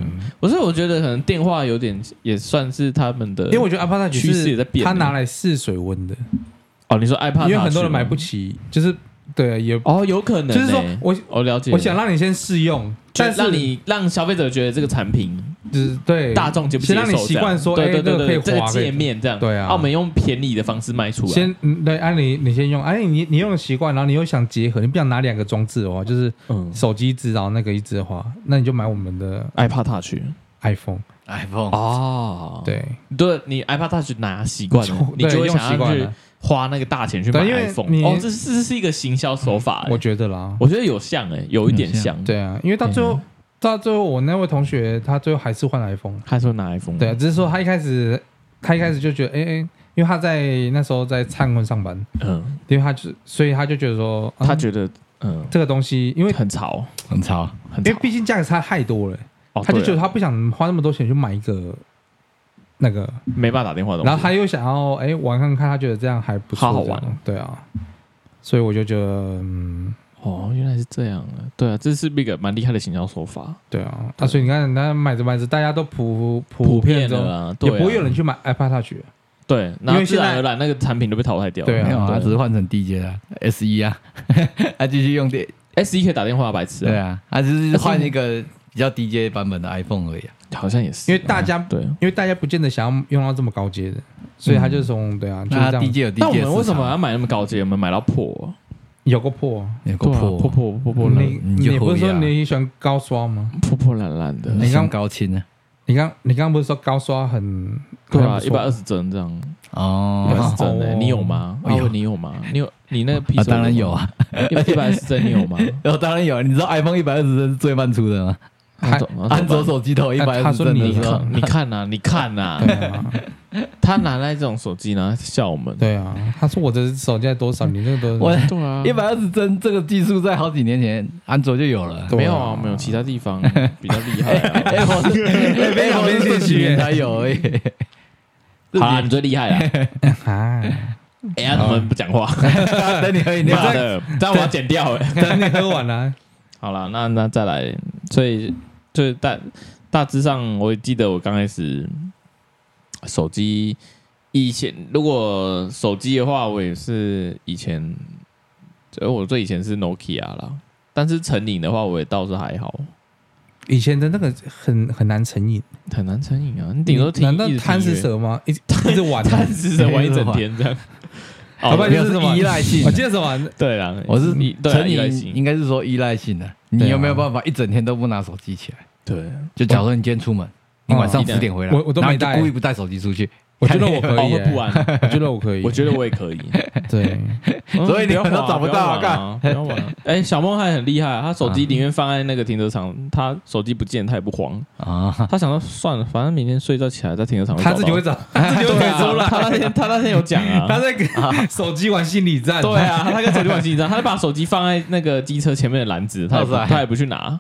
C: 我是我觉得可能电话有点也算是他们的，
A: 因为我觉得 iPad
C: 趋势也在
A: Touch 是
C: 变
A: 他拿来试水温的，
C: 哦，你说 iPad，
A: 因为很多人
C: Touch
A: 买不起，就是对也
C: 哦，有可能欸，
A: 就是说我
C: 我了解，
A: 我想让你先试用，
C: 就
A: 但是
C: 让你让消费者觉得这个产品
A: 就是对
C: 大众接不接
A: 先
C: 受，
A: 让你习惯说，
C: 对
A: 哎，
C: 对
A: 那
C: 对
A: 个
C: 对
A: 可以
C: 对，这个
A: 滑可以
C: 界面这样，
A: 对啊
C: 澳门用便宜的方式卖出来，
A: 先嗯对，安、啊、你你先用，哎、你你用习惯，然后你又想结合，你不想拿两个装置的话，就是
C: 嗯
A: 手机一只，然后那个一只的话，那你就买我们的
C: iPad Touch
A: iPhone，
B: iPhone
C: 哦，
A: 对，
C: 对，你 iPad Touch 拿习惯了，你
A: 对
C: 就会
A: 用
C: 想
A: 习
C: 要
A: 惯
C: 去
A: 了，
C: 花那个大钱去买
A: 对因为
C: iPhone，
A: 你嗯
C: 哦，这是这是一个行销手法欸，
A: 我觉得啦，
C: 我觉得有像哎，有一点
B: 有像
C: 像，，
A: 对啊，因为到最后、
C: 嗯
A: 到最后，我那位同学他最后还是换了 iPhone，
C: 他说拿 iPhone，
A: 对啊，只是说他一开始他一开始就觉得，哎、哎、因为他在那时候在灿坤上班，
C: 嗯，
A: 因为他就所以他就觉得说，啊
C: 他觉得嗯
A: 这个东西，因为
C: 很潮，
B: 很潮，
C: 很
A: 因
C: 潮
A: 为，毕竟价格差太多了、
C: 哦
A: 他就
C: 对啊
A: 觉得他不想花那么多钱去买一个那个。
C: 没办法打电话的东西，
A: 然后他又想要哎玩看看，他觉得这样还不错，
C: 好好玩
A: 这样，对啊，所以我就觉得，嗯，
C: 哦，原来是这样啊！对啊，这是一个蛮厉害的行销手法，
A: 对啊，啊，所以你看，那买着买着，大家都普
C: 普
A: 遍
C: 遍
A: 中
C: 的，啊，
A: 也
C: 对啊
A: 不会有人去买 iPad Touch，
C: 对，然
A: 因
C: 后
A: 为
C: 自
A: 现在
C: 然而然那个产品都被淘汰掉了。
A: 对啊
B: 没有啊，他只是换成 DJ 了，S 一啊， 他继续用电，
C: S 一可以打电话，白痴
B: 对
C: 啊，
B: 啊，他只是换一个比较 DJ 版本的 iPhone 而已啊。
C: 好像也是，
A: 因为大家
C: 嗯对。
A: 因为大家不见得想要用到这么高阶的，所以他就从对啊，就是
B: 那
A: 这
B: 他
A: 样，
B: DJ 有 DJ，
C: 嗯那我
B: 的
C: 们
B: 市
C: 为什
B: 场
A: 啊
C: 么要买那么高阶？我们买到破啊，
A: 有个破，
B: 有个
C: 对啊
B: 破
C: 破破破破烂
A: 你
B: 你就
A: 你不是
B: 故意
A: 说
B: 啊
A: 你喜欢高刷吗？
C: 破破烂烂的，
A: 你刚
B: 高清啊？
A: 你刚你刚刚不是说高刷很
C: 对啊，一百二
A: 十
C: 十帧这样，一百二
B: 哦，
C: 十帧
A: 哦
C: 诶，你有吗？
B: 我有
C: 阿文你有吗？你有你那个 P
B: 啊，当然有，啊，
C: 一百二十帧你有吗？
B: 哦，当然有啊。你知道 iPhone 一百二十帧是最慢出的吗？
A: 还
C: 哦
B: 安卓手机都一
A: 啊
B: 百
A: 他
B: 二十
A: 说
B: 帧
A: 你
B: 的
C: 你
B: 时候，
C: 看，你看呐，你看呐，
A: 对啊，
C: 他拿来这种手机，然后笑我们，
A: 对啊，他说我的手机在多
C: 嗯
A: 少，你那个多少
B: 我
C: 对啊，
B: 一百二十帧这个技术在好几年前安卓就有 了。
A: 对
C: 没有啊，我们有其他地方比较厉害啊。
B: Apple 是 Apple
A: 明
B: 是
A: 显
B: 这几年才有哎而已。自
C: 好啦，你
B: 己
C: 最厉害了。
A: 啊。
C: 哎呀，怎么不讲话？
B: 等你喝饮料
C: 妈，的，但我要剪掉哎。
A: 等你喝完 了，
C: 好了，那那再来，所以就是大大致上，我记得我刚开始手机以前，如果手机的话，我也是以前，呃，我最以前是 Nokia 啦。但是成瘾的话，我也倒是还好，
A: 以前的那个很很难成瘾，
C: 很难成瘾啊。你顶多听
A: 难道
C: 一直听
A: 贪食
C: 音乐
A: 蛇吗？ 一直一直玩啊，
C: 贪吃蛇玩一整天 这样。哦
A: 好吧，就是什么哦
B: 依赖性
A: 我记得什么？
C: 对啦，
B: 我是
C: 你对啊
B: 成
C: 依赖
B: 瘾，
C: 性
B: 应该是说依赖性的。
A: 对
B: 你
A: 啊
B: 有没有办法一整天都不拿手机起来？
C: 对。
B: 就假如说你今天出门，你晚上
C: 一点
B: 十点回来，
A: 我我都没
B: 然后你就
A: 带
B: 故意不带手机出去，
A: 我觉得 我可
C: 哦，
A: 以
C: 会
A: 欸，
C: 不玩，
A: 我觉得我可以，
C: 我觉得我也可以，
A: 对，
B: 所以你们都找不到啊
C: 啊！不要玩啊！ 哎，小梦还很厉害，他手机宁愿放在那个停车场，他手机不见他也不慌，
B: 啊，
C: 他想到算了，反正明天睡觉起来在停车场
A: 他自己会找，他自己会
C: 对啊
A: 找出来，
C: 他那天他那天有讲
A: 他
C: 啊。
A: 在跟手机玩心理战，
C: 对啊，他跟手机玩紧张，他就把手机放在那个机车前面的篮子，他也不
A: 啊
B: 哇塞
C: 他也不 去拿。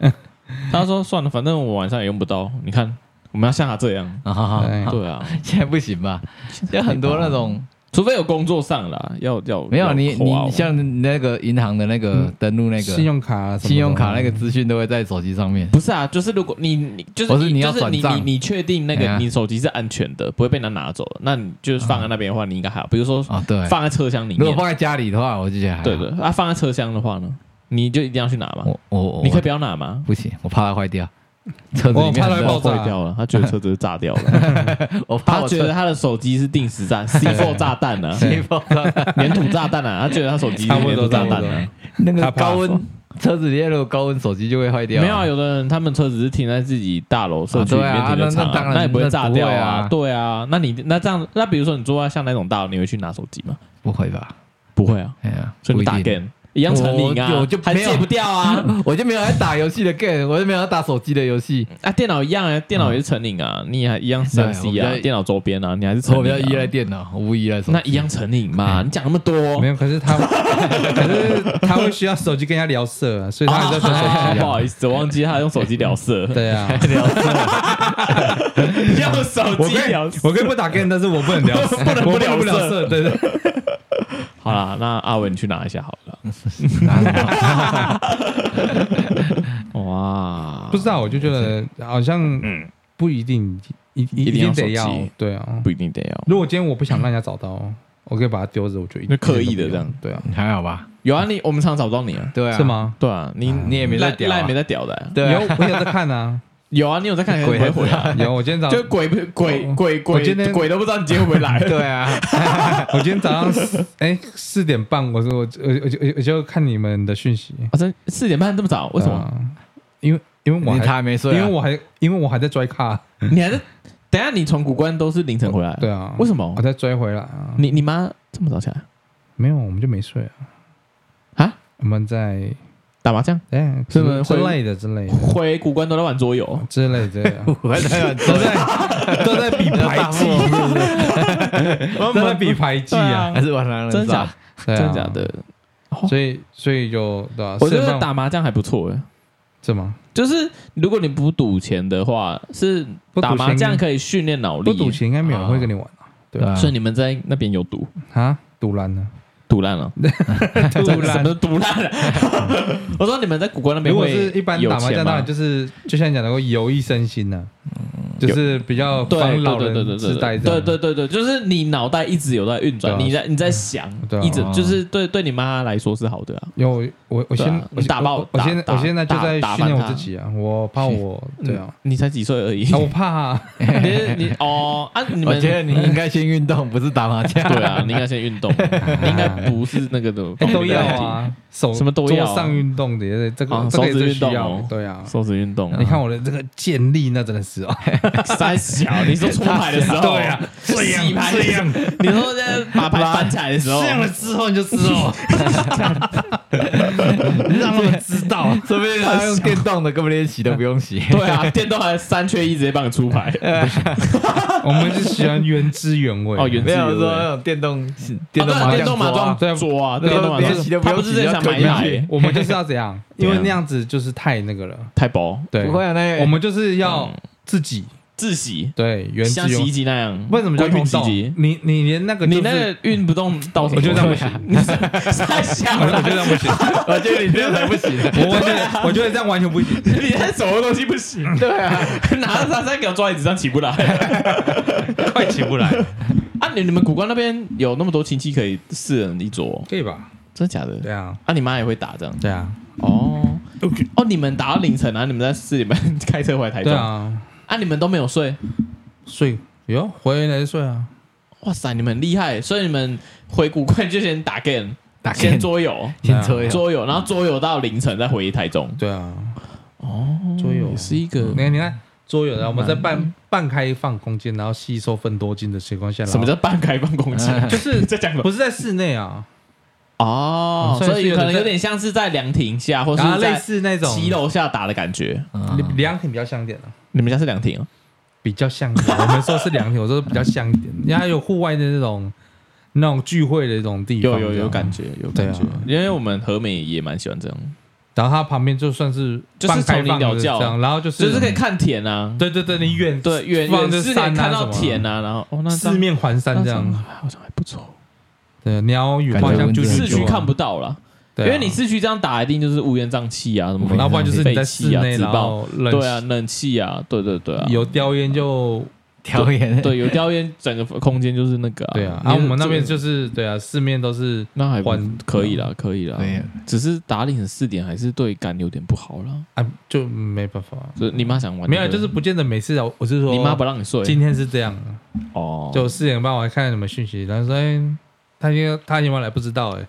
C: 他说算了，反正我晚上也用不到。你看，我们要像他这样。
A: 对
B: 啊，
C: 对啊，
B: 现在不行吧？现在很多那种
C: 除非有工作上啦，要要
B: 没有
C: 要
B: 你
C: 扣啊
B: 你像那个银行的那个
A: 嗯
B: 登录那
A: 信
B: 个
A: 用卡，
B: 信用卡那个，资讯都会在手机上面。
C: 不是啊，就是如果你你就是
B: 我是你要
C: 就是你
B: 转账
C: 你你确定那
B: 哎呀
C: 个你手机是安全的，不会被他拿走的，那你就是放在那边的话，你应该还好。比如说
B: 啊，对。
C: 放在车厢里
B: 如果
C: 面，
B: 放在家里的话，我就觉得还好
C: 对对，啊，放在车厢的话呢，你就一定要去拿嘛。
B: 我我我
C: 你可以不要拿吗？
B: 不行，我怕它坏掉。车子里
A: 我
B: 面
A: 怕
B: 很
A: 它会
B: 热
A: 爆炸
C: 坏掉了，他觉得车子是炸掉了，
B: 我怕
C: 他
B: 我
C: 觉
B: 车
C: 得他的手机是 定时炸 C4 炸弹啊，
B: 气爆炸，
C: 粘土炸弹啊，他觉得他手机是
A: 差不
C: 粘
A: 多
C: 土炸
A: 差
C: 弹
A: 不多
C: 啊。
B: 那个
A: 他怕
B: 高温车子里面如果高温，手机就会坏掉。
C: 没有啊，有的人他们车只是停在自己大楼社区里面
B: 啊
C: 停
B: 对啊
C: 的场、
B: 那那当然
C: 也不会炸掉
B: 那不
C: 对啊，那你那这样，那比如说你住在像那种大楼，你会去拿手机吗？
B: 不会吧？
C: 不会啊，
B: 哎呀，
C: 所以
B: 不
C: 你
B: 一
C: 打
B: 定
C: game 一样成瘾啊，
B: 我我就
C: 还
B: 没有
C: 戒不掉啊。
B: 我就没有在打游戏的 game，我就没有在打手机的游戏，
C: 啊，电脑一样啊，电脑也是成瘾啊，你也还一样三 C
B: 对我
C: 啊
B: 比，较
C: 电脑周边啊，你还是成
B: 所以
C: 瘾、啊。
B: 我比较依赖电脑，我不依赖手机。
C: 那一样成瘾嘛？你讲那么多，
A: 没有，可是他， 可是他会需要手机跟人家聊色啊，所以他还在玩手机
C: 哦不
A: 啊。
C: 好意思，我忘记他用手机聊 色，
A: 对啊，
C: 用手
A: 我
C: 机
A: 可以
C: 聊色。
A: 我可以不打 game，但是我不能聊色，
C: 不能不
A: 我
C: 聊色
A: 不聊色，对对。
C: 好啦，那阿文你去拿一下好 了。哇，
A: 不知道，我就觉得好像
C: 嗯
A: 不一定，一一
C: 一定要
A: 定得
C: 手
A: 要
C: 机，
A: 对啊。
C: 不一定得要，
A: 如果今天我不想让人家找 到，我可以把它丢着，我就一
C: 那刻意的这样，
A: 对啊，
B: 还好吧？
C: 有啊，你我们常常找不到你啊，
B: 对啊，
A: 是？吗？
C: 对啊，你
B: 你也没在屌啊
C: 赖赖没在屌的啊，
B: 对
A: 有
B: 啊，，
A: 我有在看 啊，
C: 有啊，你有在看
B: 鬼
C: 鬼
B: 才
C: 回回啊？
A: 有。我今天早
C: 就鬼不鬼鬼
A: 我
C: 鬼
A: 今天
C: 鬼都不知道你今天会不会来，
B: 对啊，
A: 我今天早上四哎四点半，我说我我我就我就看你们的讯息，
C: 啊，真四点半这么早，为什么？
A: 啊？因为因为我
B: 你
A: 还
B: 他还没睡啊，
A: 因为我还因为我还在追卡，
C: 你还是等一下你从古关都是凌晨回来？
A: 对，啊，
C: 为什么
A: 我再追回来啊？
C: 你你妈这么早起来
A: 没有，我们就没睡啊，
C: 啊？
A: 我们在
C: 打麻将，
A: 哎
C: 是吗
A: 之之
C: 回
A: 类的之
C: 哦
A: 类的
C: 回古关都在玩桌游，
A: 之类的， 啊
B: 我还在玩
A: 都 在都在比牌 技，都在比牌技啊，
B: 还是玩狼人
C: 真假
B: 杀？
A: 对啊
C: 真假的？
A: 所以所以就对啊吧？
C: 我觉
A: 四
C: 得
A: 点半
C: 打麻将还不错诶，
A: 是吗？
C: 就是如果你不赌钱的话，是
A: 不赌钱
C: 打麻将可以训练脑力。
A: 不赌钱应该没有人会跟你玩啊，对吧？
B: 啊
C: 所以你们在那边有赌
A: 啊， 赌蓝呢？
C: 赌烂了，
A: 赌
C: 什
A: 烂
C: 么赌烂了？ 我说你们在古关那边
A: 如果
C: 会
A: 是一般
C: 有
A: 打麻
C: 钱
A: 将，
C: 吗
A: 当然就是就像你讲的，会游益身心呐、就是比较
C: 对
A: 防老
C: 嗯对对对
A: 人
C: 对
A: 痴呆这
C: 对
A: 样。
C: 对对对，就是你脑袋一直有在运转，
A: 对啊
C: 你在你在想
A: 对，啊
C: 一直就是对对你妈来说是好的啊。
A: 有我我我
C: 对啊
A: 先我
C: 你打爆
A: 我我
C: 打
A: 现在
C: 打
A: 我现在就在
C: 打嗯
A: 训练
C: 打
A: 我
C: 翻
A: 自己啊，我怕我 对啊，
C: 你才几岁而已，
A: 啊我怕啊，
C: 你你哦啊，你
B: 我
C: 们
B: 觉得你应该先运动，不是打麻将。
C: 对啊，你应该 先运动，你应该不是那个的，
A: 哎都要，啊，手
C: 什么都哦要啊
A: 桌上运动的，这
C: 啊
A: 个这个也
C: 手指
A: 是
C: 运
A: 需
C: 动
A: 要
C: 哦，
A: 对啊。
C: 手指运动啊，
A: 你看我的这个健力，那真的 是哦，
C: 三小，你说搓牌的时候，
A: 对啊，
C: 这样这样，你说在把牌翻起来的时候，
B: 之后你就知 道，让他们知道，说不定他用电动的根本连洗都不用洗。
C: 对啊，电动还三缺一直接帮你出牌，啊
A: 我们是喜欢原汁原味
C: 哦原汁
B: 没有
C: 对不
B: 说
C: 对
B: 那种电动电动
C: 电动
B: 麻
C: 哦电
B: 将
C: 动麻
B: 桌啊
A: 对啊
B: 对
C: 将桌啊，
B: 啊
C: 电动麻
B: 连洗都
C: 将，
B: 不
C: 他
B: 用
C: 不
B: 洗
C: 是之前想买一
B: 就可以
C: 台
A: 我们就是要怎 样，
C: 啊
A: 因为那样子就是太那个了，
C: 太薄
A: 对
B: 不，会啊，那
A: 我们就是要
C: 嗯
A: 自己
C: 自洗，
A: 对原汁哦
C: 像洗
A: 原
C: 衣
A: 味。
C: 机那样，
A: 为什么叫
C: 规
A: 运
C: 定洗
A: 动
C: 衣机？？
A: 你你连那个
C: 你
A: 就
C: 那
A: 是，
C: 个运不动到什
B: 啊
C: 么？
A: 我觉得这样不行
C: 行，太小
A: 我觉得
C: 了，
A: 不行，
B: 我觉得你这样才不行。
A: 我我觉得我觉得这样完全不行。
C: 你那什么东西不行？
B: 对啊，
C: 拿着三三给我抓椅子上起不来，快起 不来。啊，你你们古关那边有那么多亲戚可以四人一桌，
A: 可以吧？
C: 真的假的？
A: 对啊，
C: 啊，你妈也会打这样？
A: 对啊，
C: 哦，哦，你们打到凌晨啊？你们在四点半开车回台中
A: 对？啊，
C: 啊，你们都没有睡？
A: 睡哟，回来睡啊，
C: 哇塞，你们很厉害！所以你们回古关就先打 game，
B: 打
C: 先桌游，
B: 先车
A: 啊
B: 呀，
C: 桌游，然后桌游到凌晨再回台中。
A: 对啊。
C: 哦，
A: 桌游嗯
C: 也是一个
A: 你看你看桌游，然后我们在
C: 嗯
A: 半半开放空间，然后吸收分多精的情况下，然后
C: 什么叫半开放空 间？
A: 就是
C: 在讲什么
A: 不是在室内啊？
C: 哦，
A: 嗯
C: 所
A: 所以
C: 以
A: 是有
C: 可能
A: 点
C: 有点像是在凉亭下，或是
A: 然后类
C: 在
A: 似那种
C: 七楼下打的感觉。
A: 凉凉亭比较像一点啊，
C: 你们家是凉亭哦？
A: 比较像一点。我们说是凉亭，我说比较像一点，人家有户外的那种那种聚会的那种地方，
C: 有有
A: 这
C: 有
A: 样
C: 感。觉，有感觉
A: 对啊。
C: 因为我们和美也蛮喜欢这样，
A: 然后它旁边就算是
C: 就是
A: 半开
C: 丛林
A: 放
C: 鸟
A: 的这
C: 叫啊
A: 样，然后就是
C: 就是可以看田啊，
A: 对对对，你远
C: 对，远
A: 放
C: 远
A: 着
C: 是可以
A: 山啊
C: 看
A: 什
C: 到
A: 么
C: 田啊，然后哦，那这
A: 四
C: 样
A: 面环山这
C: 那
A: 样，
C: 好像还不错。
A: 对，鸟语
B: 感觉
A: 花香
B: 温
A: 啾
B: 度
A: 啾啾啊，
C: 市区看不到啦，因
A: 对啊，
C: 为你市区这样打一定就是乌烟瘴气啊，什么
A: 然后不然就是你在室
C: 废气啊
A: 内，
C: 自
A: 然
C: 爆，
A: 后冷
C: 对啊，冷气啊，对对对啊，
A: 有叼烟就
B: 调研，
C: 对，有叼烟，整个空间就是那个、啊。
A: 对啊，
C: 你
A: 然后我们那边
C: 这
A: 就
C: 个
A: 是对啊，四面都是
C: 那还不
A: 换
C: 可以啦，可以啦。
B: 对啊
C: 只是打领四点还是对感有点不好啦。
A: 啊，就没办法，
C: 所以你妈想玩、
A: 没有，就是不见得每次啊。我是说，
C: 你妈不让你睡
A: 今天是这样，啊
C: 哦，
A: 就四点半我还看什么讯息，然后说，哎，他今天他今晚来不知道，哎，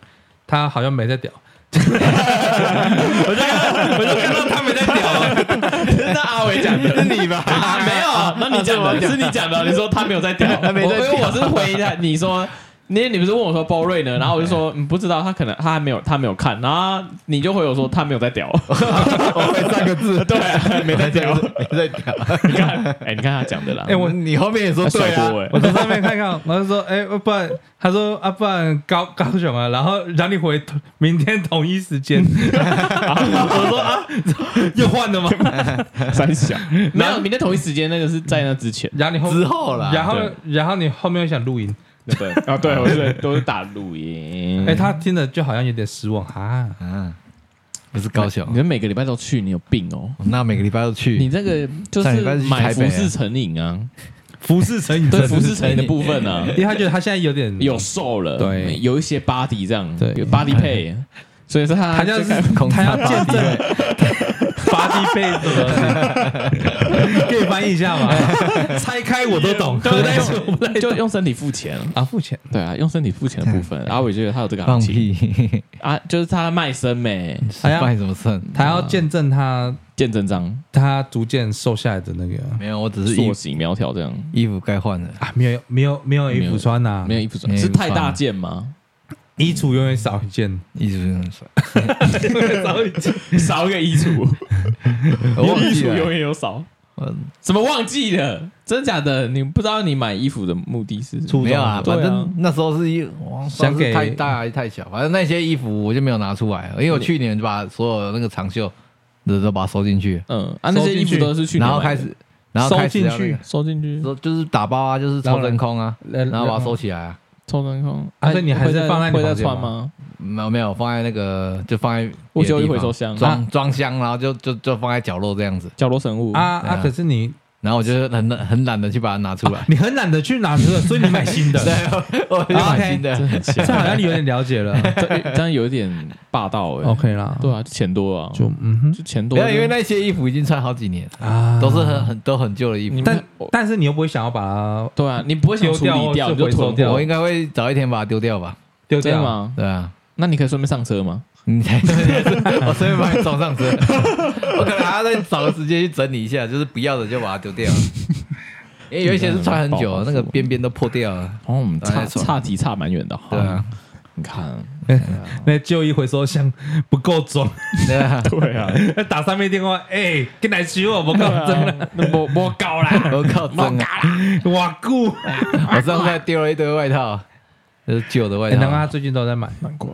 A: 他好像没在屌，我就看到他没在
C: 啊
A: 屌，
C: 那阿伟讲的，是你吧？啊，没有，那你讲的，是你讲的。你说 他没有在屌，
B: 他没在屌
C: 我因为我是回答你说，那你不是问我说包瑞呢？然后我就说，嗯，不知道，他可能他还没有，他没有看。然后你就回我说他没有在 屌，
B: 我会三个字，
C: 对，没在屌。
B: 没在调。
C: 你看，哎，你看他讲的啦，
A: 哎，我
B: 你后面也说
C: 他甩
B: 对啊，
C: 锅哎
A: 我。从上面看看，然后就说，哎、不然他说啊，不然高高雄啊，然后让你回同明天同一时间。我说啊，又换了吗？
C: 三小，没有，明天同一时间那个是在那之 前，
A: 然后你后
B: 之后啦
A: 然后
C: 对
A: 然后你后面又想录音，
C: 对啊，对，我是都是打录音。
A: 哎、他听了就好像有点失望啊。
B: 嗯，不是高雄
C: 你，们每个礼拜都去，你有病哦！
B: 那每个礼拜都
C: 你
B: 去，
C: 这个就
B: 上
C: 是
B: 礼拜是去
C: 买
B: 台北
C: 服
B: 啊
C: 饰成瘾啊，
A: 服饰成瘾，
C: 对 服饰成瘾的部分啊，
A: 因为他觉得他现在有点
C: 有，瘦了，
A: 嗯对
C: 有一些 body 这样，
A: 对
C: 有 body 配，所以说他
A: 他要
C: 就是
B: 空
A: 他要
B: 插
A: 见证发低配什么的，可以翻译一下吗？ 拆开我都懂，
C: 对
A: 合 在一起我不
C: 对，就用身体付钱，
A: 啊，付钱。
C: 对啊，用身体付钱的部分，阿伟觉得他有这个行
B: 放
C: 情
B: 屁，
C: 啊，就是他卖身没
A: 哎呀
B: 卖什么肾？
A: 他要见证他
C: 见真章，
A: 他逐渐瘦下来的那个
B: 没有，我只是衣
C: 塑形苗条这样，
B: 衣服该换了，
A: 啊，没有没有没有衣服穿
B: 啊
A: 呐、
C: 没有衣服穿，
B: 没有
C: 是
B: 衣服
C: 太大件吗？
A: 衣橱永远少一件，
B: 衣服很帅，
C: 少一件，少一个衣橱，
B: 我忘
C: 衣
B: 记
C: 橱永
B: 了，嗯
C: 远有少。
B: 我
C: 怎么忘记了？真假的？你不知道你买衣服的目的是什么？
A: 初
B: 没有啊，
C: 对啊
B: 反正那时候是一我
A: 想给
B: 不知道是太大还是太小，反正那些衣服我就没有拿出来，因为我去年就把所有那个长袖的都把它收进去，
C: 嗯，啊，那些衣服都是去年
B: 然后
C: 买
B: 开
C: 的
B: 始，然后开始要那个
A: 收进去
C: 收进去，
B: 说就是打包啊，就是抽真空啊，
A: 呃
B: 然后把它收起来啊，
C: 抽真空。哎
A: 啊所以你还是
C: 会再
A: 放在你
C: 会再
A: 房间
C: 穿
A: 吗
C: 吗？
B: 没有没有放在那个就放在别的
C: 我就
B: 地
C: 一回
B: 方
C: 收箱啊
B: 装装箱，然后就就就放在角落这样子，
C: 角落生物
A: 啊
B: 对啊
A: 啊！可是你
B: 然后我就很懒很懒得去把它拿出 来，
A: 你很懒得去拿这个，所以你买新的。
B: 我就买新
C: 真的
B: 的，
C: 很
A: 这好
C: 像，
A: 像你有点了解了。
C: 这这样有点霸道哎。
A: OK 啦，
C: 对啊，就钱多啊，
A: 就
C: 就
A: 嗯哼
C: 就钱多
B: 没
C: 就。
B: 有因为那些衣服已经穿好几年，
A: 啊，
B: 都是很很都很旧的衣服
C: 你。
A: 但
C: 但
A: 但是你又不会想要把它
C: 对啊，你不会想处理
A: 丢掉
C: 掉，
A: 或是
C: 你就
A: 回收
C: 囤
A: 掉
B: 我
C: 货
B: 应，该会早一天把它丢掉吧？
A: 丢
C: 真的
A: 掉？
C: 吗？
B: 对啊，
C: 那你可以顺便上车吗？
B: 你才 我随便把你装上车，我可能还要再找个时间去整理一下，就是不要的就把它丢 掉。因为有一些是穿很久，那个边边都破掉 了。
C: 哦，我们
B: 大
C: 差
B: 概错
C: 差题差蛮远的。哈
B: 对啊，
C: 你看，
A: 那旧衣回收箱不够装，
B: 对啊，
C: 对啊，
A: 打上面电话，哎，跟来修我不够 真了，
C: 那我我搞 啦，
B: 我靠，真的，
A: 哇酷！
C: 哎
B: 我上次还丢了一堆外套，就是旧的外
A: 哎难怪他
B: 套，
A: 最近都在买，
C: 难怪。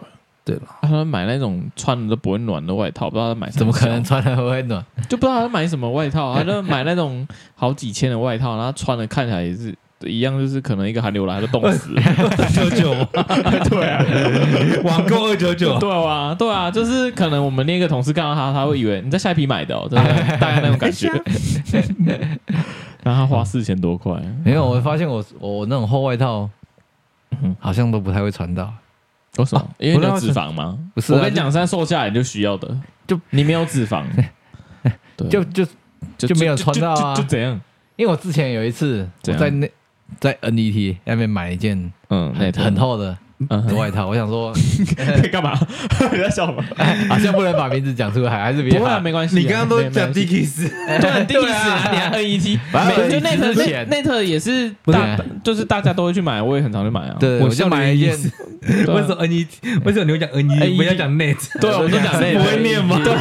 A: 对了，
C: 他们买那种穿了都不会暖的外套，不知道他买什
B: 怎么可能
C: 小
B: 穿了会暖？
C: 就不知道他买什么外 套，啊他就买那种好几千的外套，然后穿的看起来也是一样，就是可能一个寒流来他就冻 死了。
A: 二九九，
C: 对啊，
A: 网购二九九，
C: 对啊，对啊，就是可能我们另一个同事看到他，他会以为你在下一批 买的、哦，真的大概那种感觉。然后他花四千多块，
B: 没有，我发现我我那种厚外套
C: 嗯，
B: 好像都不太会穿到。
C: 为什么？因为
A: 不
C: 你
A: 是
C: 有脂肪吗？
B: 哦不是啊
C: 我跟你讲，现在瘦下来你就需要的，
B: 就
C: 你没有脂 肪，对
B: 就就就没有穿到啊
C: 就就就怎样？
B: 因为我之前有一次
C: 怎
B: 我
C: 样
B: 在那在 NET 那边买一件
C: 嗯，那也
B: 很
C: 特
B: 很，厚的
C: 嗯
B: 的
C: 很
B: 外套，我想说
C: 干嘛？ 你在笑吗？
B: 好像不能把名字讲出来，还是别
C: 不会啊，
B: 喊
C: 没关系啊。
A: 你刚刚
C: 没
A: 都
C: 没关
A: 讲
C: 系
A: Dickies，
C: 就很定死啊！你还 N E T，
B: 反正
C: 就
B: NET
C: 内特
B: 之
C: 内
B: 前
C: 内特也是
B: 不是
C: 大，就是大家都会去买，我也很常去买啊。
B: 对，
A: 我
B: 我就买了一件，
C: 对啊，
A: 为什么 N E？为什么你会讲 N
C: NET
A: E？不要讲 Net？
C: 哎对，我们都讲内 特
A: 不会念吗
C: 对，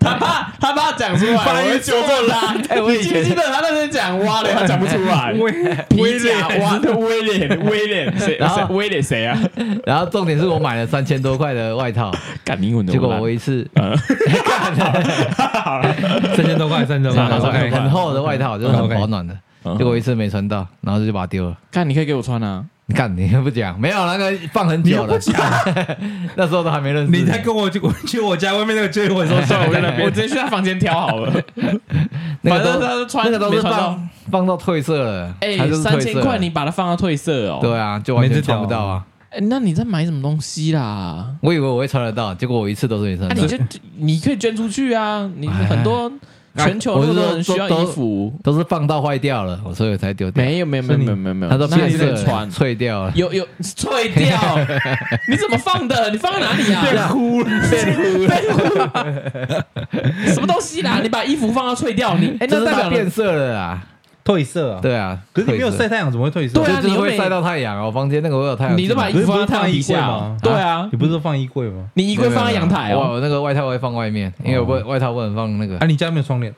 C: 他怕他怕讲出来，
A: 翻译
C: 我会纠正他。
B: 哎我以
C: 记不
B: 前
C: 记得他那天讲蛙的，他讲不出 来。
A: 威
C: 皮夹蛙，对威廉，威廉谁？
B: 然后
C: 谁威廉谁啊？
B: 然后重点是我买了三千多块的外 套，
C: 干英文的
B: 结果
C: 烂嗯
B: 我一 次
A: 三千多块，三千多
C: 三千多块
A: 块，
B: 很厚的外套，就是很
A: OK
B: 保暖的，
C: 嗯
B: 结果我一次没穿到，然后就把它丢了。
C: 干你可以给我穿啊，
B: 你看你又不讲，没有那个放很久了， 那时候都还没认识
A: 你在跟我去 我去我家外面那个追我的时候，
C: 算了，哦我在那边， 我直接去他房间挑好了。
B: 那个
C: 反正
B: 都
C: 他都穿
B: 那个都
C: 没
B: 是
C: 穿到
B: 放放到褪色了，
C: 哎
B: 它就，是
C: 三
B: 褪色
C: 千
B: 了
C: 块你把它放到褪色哦。
B: 对啊，就完
A: 没
B: 全
A: 这条
B: 穿不到啊。
C: 哎，那你在买什么东西啦？
B: 我以为我会穿得到，结果我一次都是没穿
C: 那
B: 到。
C: 啊你就你可以捐出去啊！你
B: 哎
C: 很多全球
B: 我
C: 很
B: 是
C: 多
B: 说
C: 人需要
B: 都
C: 衣服，
B: 都是放到坏掉了，我所以我才丢掉。
C: 没有没有没有没有没有没有，
B: 它都
C: 那
B: 变
C: 你
B: 色
C: 在
B: 了
C: 穿。
B: 脆掉了。
C: 有有脆掉，你怎么放的？你放在哪里啊？
B: 哭了，
C: 什么东西啦？你把衣服放到脆掉，你哎，
B: 就
C: 那
B: 是
C: 代
B: 它
C: 表
B: 变色了啦。
A: 褪色啊。
B: 对啊，
A: 可是你没有
B: 褪色
A: 晒太阳，怎么会褪色？
C: 对啊
B: 就
C: 你
B: 是
C: 又没
B: 会晒到太阳哦。房间那个会有太阳进来，
C: 你都把衣
A: 不
C: 服
A: 是不
C: 放
A: 是
C: 在太
A: 放
C: 阳底
A: 衣柜
C: 下
A: 吗，
C: 对啊，
A: 你不是说放衣柜吗？
C: 你衣柜放在阳台
B: 我
C: 哦，
B: 我那个外套会放外面，因为我不外套不能放那个
A: 啊，。你家没有窗帘，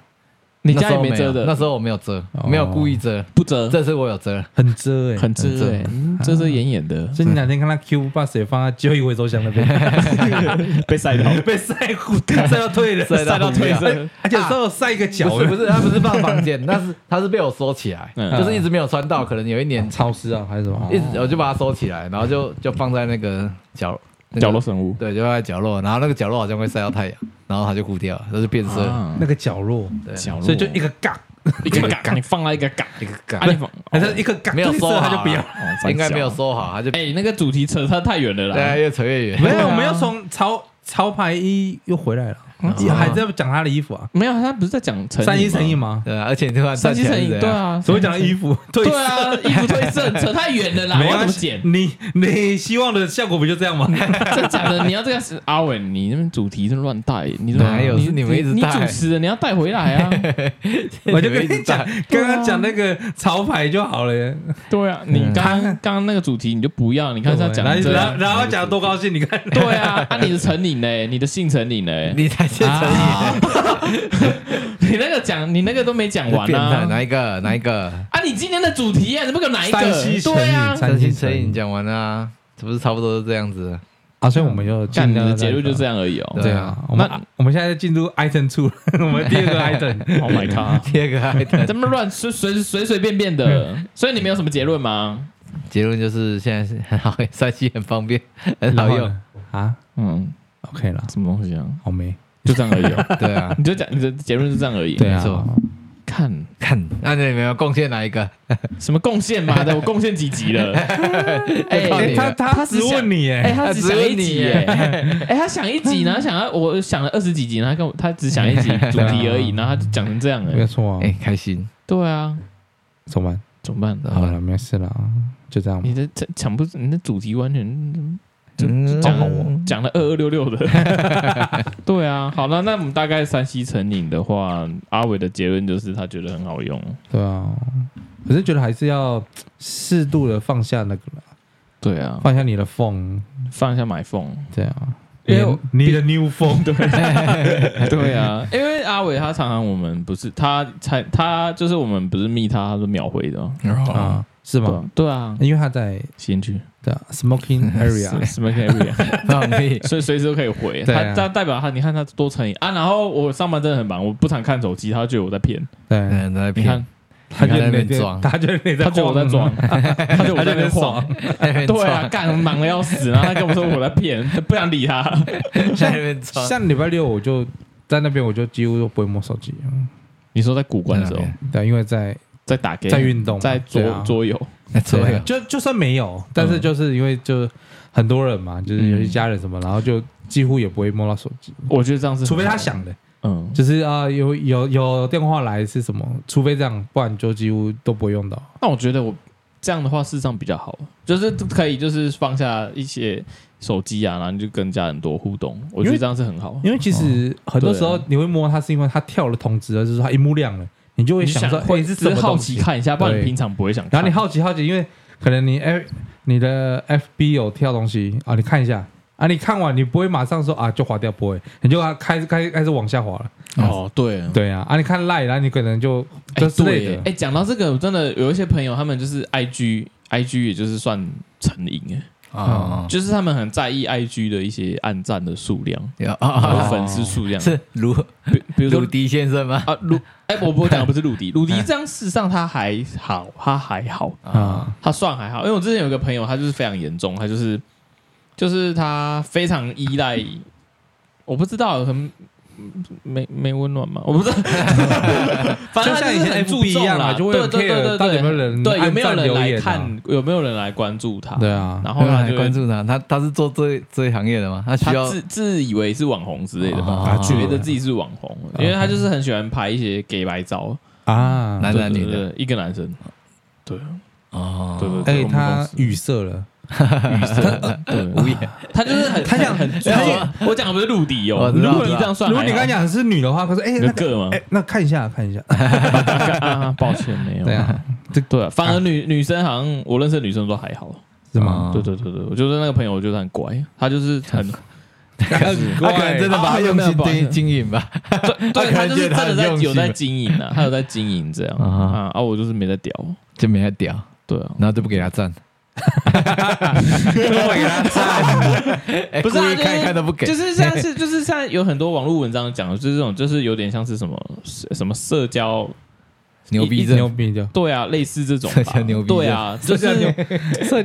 C: 你
B: 那
C: 家
B: 时
C: 也
B: 候
C: 没遮
B: 有那
C: 的，
B: 时候我没有遮，
C: 哦
B: 没有故意遮。
C: 不遮，
B: 这次我有 遮，
A: 很遮哎、
C: 很遮
B: 很遮
C: 哎，嗯遮遮掩掩的，
A: 所以你哪天看到 Q 把水放在旧衣回收箱那边，
C: 被晒到，
A: 被晒糊， 晒到退了，
C: 晒到褪色。
A: 而且有时候晒一个脚，
B: 不是不是，它不是放房间，那是它是被我收起来，
C: 嗯哦
B: 就是一直没有穿到，可能有一年
A: 潮湿啊还是什么？
B: 一直我就把它收起来，然后就就放在那个角那个
C: 角落生物，
B: 对，就放在角落，然后那个角落好像会晒到太阳，然后它就糊掉了，它就变色了。
C: 啊
A: 那个角落，
B: 对，
C: 角落，
A: 所以就一个杠，
C: 一个嘎，你放了一个嘎，
B: 一个
C: 啊
B: 杠
C: 你放，
A: 还是一个杠，
B: 没有收
A: 色
B: 好啊，
A: 他就不要。
B: 应该没有收好，它就
C: 哎，那个主题扯得太远了
B: 对啊，
C: 啦，
B: 越扯越远。
A: 没
C: 对啊
A: 有，我们要从潮潮牌衣又回来了，还在讲他的衣服啊，
C: 没有，他不是在讲成
A: 三一
C: 成
A: 成瘾吗？
B: 对啊，而且你突然
C: 三
B: 站起
C: 七
B: 来
C: 成
B: 是
C: 瘾，
B: 怎样
C: 对，啊，
A: 所以讲衣 服褪
C: 对
A: 色。
C: 啊，衣服褪色，扯太远了啦，我
A: 没
C: 要
A: 关
C: 怎么
A: 系
C: 剪？
A: 你你希望的效果不就这样 吗？
C: 真假的？你要这样是阿伟，你那边主题是乱带，你怎么
B: 哪有是你们一直
C: 你
B: 带
C: 主持人你要带回来啊？
A: 我就跟你讲，刚
C: 对啊
A: 刚讲那个潮牌就好了耶。
C: 对啊，你刚刚刚刚那个主题你就不要，你看他讲啊
A: 然后
C: 这
A: 然后
C: 样，
A: 然后讲得多高兴，你看，
C: 对啊，啊你的成瘾嘞，你的性成瘾嘞，
B: 你才是成 瘾，
C: 你那个讲你那个都没讲啊完
B: 变态
C: 啊！
B: 哪一个哪一个？
C: 啊，你今天的主题啊，你不给我哪一个
A: 山西？成瘾
C: 对啊，
A: 三
B: 三
A: 星
B: 星
A: 成
B: 成
A: 瘾
B: 瘾讲完啦，这不是差不多是这样子？
A: 啊，所以我们就
C: 干
A: 尽
C: 你
A: 量
C: 的结论就这
A: 样。
C: 样而已哦。
A: 对
B: 对
A: 啊
B: 啊，
A: 我们
C: 那
A: 我们现在进入 item two，了 我们第 二个 item，
C: Oh my god！
B: 第二个 item
C: 这么乱随随随随便便的，所以你们有什么结论吗？
B: 结论就是现在是 很好，三星很方便， 很好用。
A: 啊
C: 嗯，
A: ，OK 了，
C: 什么东西啊？
A: 好没？
C: 就这样而已 哦。
B: 对啊，
C: 你就讲你的结论是这样而已。
A: 对啊
B: 没，错
C: 看
B: 看，那你们有贡献哪一个？
C: 什么贡献嘛的，我贡献几集 了？哎
B: 靠
A: 哎
B: 你
A: 他
B: 了
A: 他
C: 他只
A: 只问
C: 想
A: 你
C: 哎，
A: 耶，
C: 他
B: 他
C: 只
B: 只
C: 想
B: 问
C: 一集
B: 你
C: 耶！哎，他想一集，然后想要我想了二十几集，然后他跟我他只想一集 主题而已，然后他就讲成这样
A: 没有
C: 哎。
A: 错啊
B: 哎，，开心，
C: 对啊，
A: 怎么
C: 怎么办？
A: 办？好了，没事了啊，就这样吧。
C: 你的这讲不，你的主题完全就
B: 嗯
C: 讲
B: 哦
C: 讲了二二六六的。 对啊，好了，那我们大概山西成瘾的话，阿伟的结论就是他觉得很好用。
A: 对啊，我是觉得还是要适度的放下那个啦，
C: 对啊，
A: 放下你的 phone，
C: 放下买 凤。
A: 对啊，
C: 因为我
A: 你你的 new phone，对，
C: 对啊，因为阿伟他常常我们不是他才他就是我们不是密他，他是秒回的哦，
A: 啊，是
C: 对
A: 吗？
C: 啊对啊，
A: 因为他在
C: 先去
A: 对啊 smoking area，
C: 什么 area，
B: 放屁，
C: 所以随时都可以回。
A: 对啊
C: 他他代表他，你看他多成瘾啊。然后我上班真的很忙，我不常看手机，他觉得我在骗。
A: 对，
B: 嗯，在
C: 你看
B: 骗，，
A: 他觉
B: 在
A: 得
B: 那
A: 你
B: 边
A: 在
B: 装
A: 他觉得你在，
C: 他觉得我在装，， 他觉得我在那边晃。
B: 在那边
C: 对啊，
B: 装，
C: 干忙的要死，然后他跟我说我在骗，不想理他。
B: 在那边装，
A: 像礼拜六我就在那边，我就几乎都不会摸手机，
C: 你说在古关的时候
B: 在哪，
A: 对，啊因为在
C: 在打 game，
A: 在运动嘛，
C: 在
A: 对
C: 桌
A: 啊
C: 桌游，
B: 左
A: 对
B: 右
A: 啊，就就算没有，
B: 嗯
A: 但是就是因为就很多人嘛，就是有一家人什么，然后就几乎也不会摸到手机，
C: 我觉得这样是
A: 除非他
C: 很好，
A: 想的，
C: 嗯，
A: 就是啊、有有有电话来是什么，除非这样，不然就几乎都不会用到。
C: 那我觉得我这样的话，事实上比较好，就是可以就是放下一些手机啊，然后你就跟家人多互动，我觉得这样是很好。
A: 因为其实很多时候你会摸它，是因为它跳了通知了，就是它荧幕亮了，你就会
C: 你
A: 想说，
C: 会
A: 哎，是
C: 只
A: 什
C: 是
A: 么
C: 好
A: 东
C: 奇
A: 西？
C: 看一下，不然你
A: 对
C: 平常不会想看。
A: 然后你好奇好奇，因为可能你 F 你的 FB 有跳东西啊，你看一下啊，你看完你不会马上说啊就划掉，不会，你就要开开开始往下滑了。
C: 哦，对，
A: 对啊，啊你看 Line，然后你可能就
C: 哎
A: 这之类
C: 对，
A: 的。
C: 哎，讲到这个，我真的有一些朋友，他们就是 I G I G，也就是算成瘾哎。
A: 哦
B: 啊，
C: 就是他们很在意 IG 的一些按赞的数量。
B: 有
A: 哦
C: 还
B: 啊
C: 有粉丝数量，
B: 是鲁
C: 比比如说
B: 鲁迪先生吗？
C: 啊，鲁哎、我我讲的不是鲁 迪，鲁迪这样事实上他还好，他还好，
A: 啊，
C: 他算还好，因为我之前有一个朋友，他就是非常严重，他就是就是他非常依赖，我不知道什么。没没温暖嘛，我不知道，反
A: 就
C: 正他
A: 像以
C: 是
A: 前
C: 很注
A: FB 一
C: 重
A: 样
C: 啦，
A: 啊就会
C: 对
A: 有
C: 对对
A: care
C: 对，
A: 到底有没有人
C: 对有没有
A: 按赞
C: 人
A: 留
C: 来
A: 言啊
C: 看，有没有人来关注他？
A: 对啊
C: 然后
B: 有人
C: 他
B: 来
C: 就
B: 关
C: 会
B: 注他，他他是做这这一行业的吗？他需
C: 他
B: 要
C: 自自以为是网红之类的吧，
B: 啊
C: 他觉得自己是网红，因为他就是很喜欢拍一些 gay 白照，
A: 啊，
B: 男
C: 对
B: 男女
C: 对
B: 的
C: 对一个男生，对
B: 哦，
C: 对对对，
A: 哎，
C: 我们公
A: 他
C: 司
A: 语塞了，
C: 预测，对，无言，他就是很他想很
B: 啊他想
C: 我讲的不是陆迪哦，
B: 我
C: 如
B: 知道
C: 果你这样算
A: 如
C: 还
A: 果你
C: 好，
A: 刚才讲的是女的话，可是哎，
C: 有
A: 那
C: 个吗？
A: 哎，那看一下看一下，
C: 啊， 抱歉，没有。
A: 对啊，这
C: 对啊，反而女女生好像我认识的女生都还好。
A: 是
B: 哦
A: 吗？
C: 对对对对，我觉得那个朋友我觉得很乖，他就是 很
B: 他可能真的把它用心经经营吧。
C: 对，
B: 他可能
C: 他就
B: 觉
C: 是
B: 得
C: 真
B: 他
C: 的
B: 很
C: 在
B: 用心
C: 有在经营啊，他有在经营这样
B: 啊哈
C: 啊啊，我就是没在屌。
B: 就没他屌，
C: 对啊，
B: 然后就不给他 赞，
A: 我给他
B: 哎
C: 不是啊
B: 故意
C: 就是
B: 看一看都不给，
C: 就是像是就是像有很多网络文章讲的，就是这种就是有点像是什么什么社交
B: 牛逼
A: 牛
B: 症，
A: 逼就
C: 对啊，类似这种
B: 社
C: 吧
B: 交牛逼症
C: 对啊，就是
A: 社，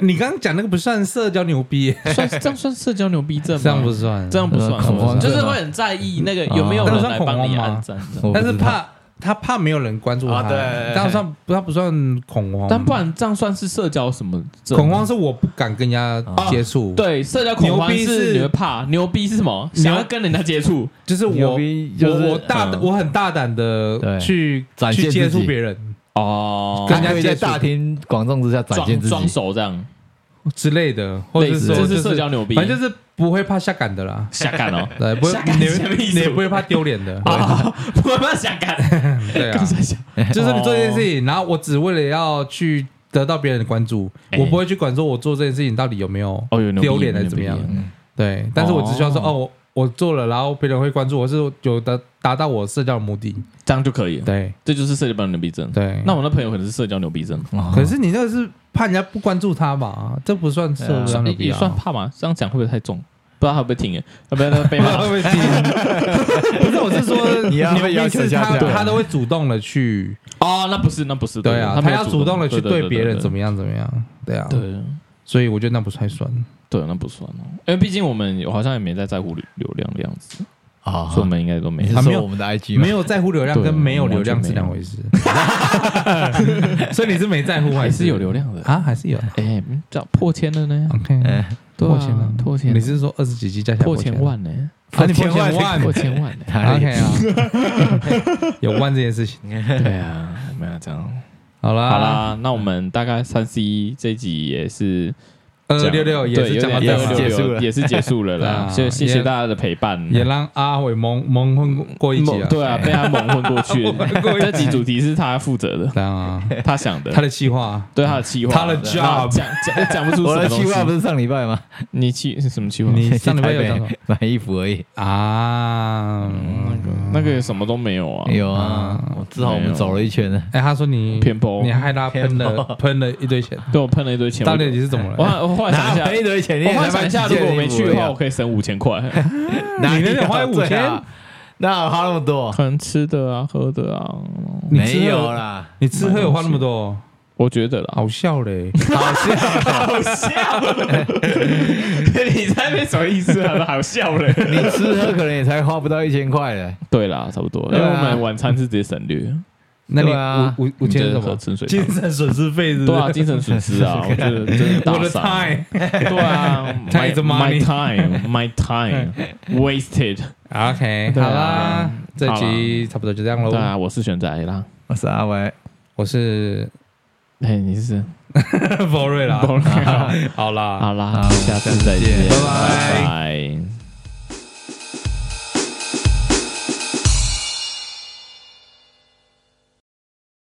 A: 你刚刚讲那个不算社交牛 逼，
C: 算这样算社交牛逼症吗？
A: 这样不算，
C: 这样不算，
B: 呃恐慌
C: 就
B: 症
C: 是
B: 吗
C: 会很在意那个有没有
B: 啊
C: 人来帮
A: 那
C: 你
A: 算恐慌吗
C: 按赞，这样
B: 我不
A: 但是
B: 知道
A: 怕他怕没有人关注他，
B: 啊对对
A: 这
B: 对
A: 样算他不算恐慌？
C: 但不然这样算是社交什么症？
A: 恐慌是我不敢跟人
B: 啊
A: 家接触，，
C: 对社交恐
A: 牛
C: 慌
A: 逼
C: 是
A: 是
C: 你会怕，牛逼是什么？
A: 牛
C: 想要跟人家接触，
A: 就是
B: 牛
A: 我
B: 逼就是
A: 我我大
B: 嗯
A: 我很大胆
B: 对
A: 的去
B: 展现
A: 去
B: 自己
A: 接触别人
C: 哦
A: 跟人家
B: 他可以在
A: 接触
B: 大庭广众之下展现
C: 装
B: 自己
C: 装，熟这样，
A: 之类的，或者
C: 类
A: 是
C: 似
A: 说
C: 这
A: 就是
C: 社交牛逼，
A: 反正就是不会怕下杆的啦，，
C: 下干哦
A: 对，不会
C: 下岗
A: 你
C: 是什么意思
A: 你也不会怕丢脸的，
C: 啊，我怕下干，
A: 对啊
C: 干，哦啥下
A: 就是你做这件事情，然后我只为了要去得到别人的关注，
C: 哎
A: 我不会去管说我做这件事情到底有没有
C: 哦，有牛逼
A: 丢脸还是怎么样
C: 牛逼
B: 嗯
A: 对，但是我只需要说
C: 哦
A: 哦，我我做了，然后别人会关注我，是有达达到我社交的目的，
C: 这样就可以了，
A: 对
C: 这就是社交牛逼症。
A: 对。
C: 那我那朋友可能是社交牛逼症，
B: 哦
A: 可是你那个是怕人家不关注他吧？这不算社交
C: 算
A: 牛逼
C: 也
A: 啊，。
C: 算怕嘛？这样讲会不会太重？不知道他会不会听？哎要不然被骂
A: 会不是，我是说
B: 你要
A: 牛逼
B: 要求
A: 是
B: 下
A: 他
B: 降
C: 啊
A: 他都会主动的去，
C: 哦，那不是，那不是，
A: 对啊，
C: 他
A: 他
C: 没有
A: 要主动的去对别人怎
C: 么
A: 么样怎么样，对啊，
C: 对
A: 所以我觉得那不太算。
C: 对，那不算哦，因为毕竟我们好像也没在在乎流流量的样子，
B: 啊
C: 所以我们应该都没
B: 你。是
A: 他没有
B: 说我们的 IG 吗
A: 没？有在乎流量
C: 对
A: 跟没有流量
C: 完全
A: 是两回事， 所以你是没在乎
C: 还
A: 还
C: 是有流量的，
A: 啊？还是有
C: 哎，嗯这样破千了呢，
A: ？OK，
B: 哎
C: 对
A: 破千
C: 啊
A: 了，
C: 破千，
A: 你是说二十几集加起来
C: 破
A: 千
C: 千？万呢，
A: 啊，你破
B: 破千
A: 千
B: 万，
A: 万
C: 破千万呢
B: 哪里
A: ？OK 啊，
C: 啊
A: 有万这件事情。
C: 对啊，我们要这样。
A: 好啦，
C: 好，啦，那我们大概三 C 这集也是
A: 二六六也是讲到
B: 点
A: 这嘛
B: 也是结束了
C: 也是结束了啦，
A: 对啊
C: 就谢谢
A: 也
C: 大家的陪伴，
A: 也让阿伟蒙蒙混过一集
C: 蒙
A: 啊。
C: 对啊，被他蒙混 过去。这集主题是他负责的，
A: 对啊，
C: 他想的，
A: 他的计划
C: 对他的计划，
A: 他的 job
C: 然后讲讲讲不出
B: 我
C: 什么
B: 的
C: 东
B: 计
C: 西。
B: 划不是上礼拜 吗？
C: 你计是什么计划？
A: 你上礼拜有
B: 去台
A: 讲
B: 北
A: 什么
B: 买衣服而
C: 哦
B: 已，
A: 啊，
C: 那个那个什么都没有啊，
B: 有啊，我至少我们走了一圈呢。
A: 哎，他说你
C: 偏颇
A: 你害他喷
B: 偏
A: 了
B: 颇
A: 喷了一堆钱，
C: 对我喷了一堆钱。
A: 到底你是怎么
C: 我
A: 了？
C: 我我后来
B: 哪
C: 想一下，
B: 赔多钱？你
C: 我
B: 也
C: 后
B: 才
C: 来想一下，
B: 买几件
C: 如果我没去的
B: 衣
C: 话，
B: 服
C: 我可以省五千 块，
B: 而已啊，
A: 你那边花
B: 哪有
A: 5000
B: 最好，那我花那么多？
C: 可能吃的啊、喝的啊，
A: 你吃
B: 没有
A: 了
B: 啦，
A: 你吃喝有花那么多，
C: 我觉得啦。
A: 好笑 嘞！
B: 好笑。
C: 好笑，你在那边什么意思啊？好笑嘞。
B: 你吃喝可能也才花不到一千块嘞。
C: 对啦，差不多，因
B: 对
C: 为
B: 啊
C: 我们晚餐是直接省略。
A: 那
B: 对啊
A: 你五五五千是什
C: 喝
A: 么？
C: 春水
A: 精神损失费是不
C: 对啊，
A: 是？
C: 精神损失 啊，我觉得真的大
A: 我的
C: 傻。
A: time
C: 对啊
A: Time is
C: my
A: money
C: time, my time wasted。
A: OK，
C: 对啊
A: 好啦，这集差不多就这样
C: 对
A: 喽。
C: 啊，我是选择 A 啦。
B: 我是阿伟，
A: 我是
C: 哎，你是？
A: 博瑞啦，
C: 好
A: 好啦，
C: 啦，下次再见，
B: 拜拜
C: 拜拜。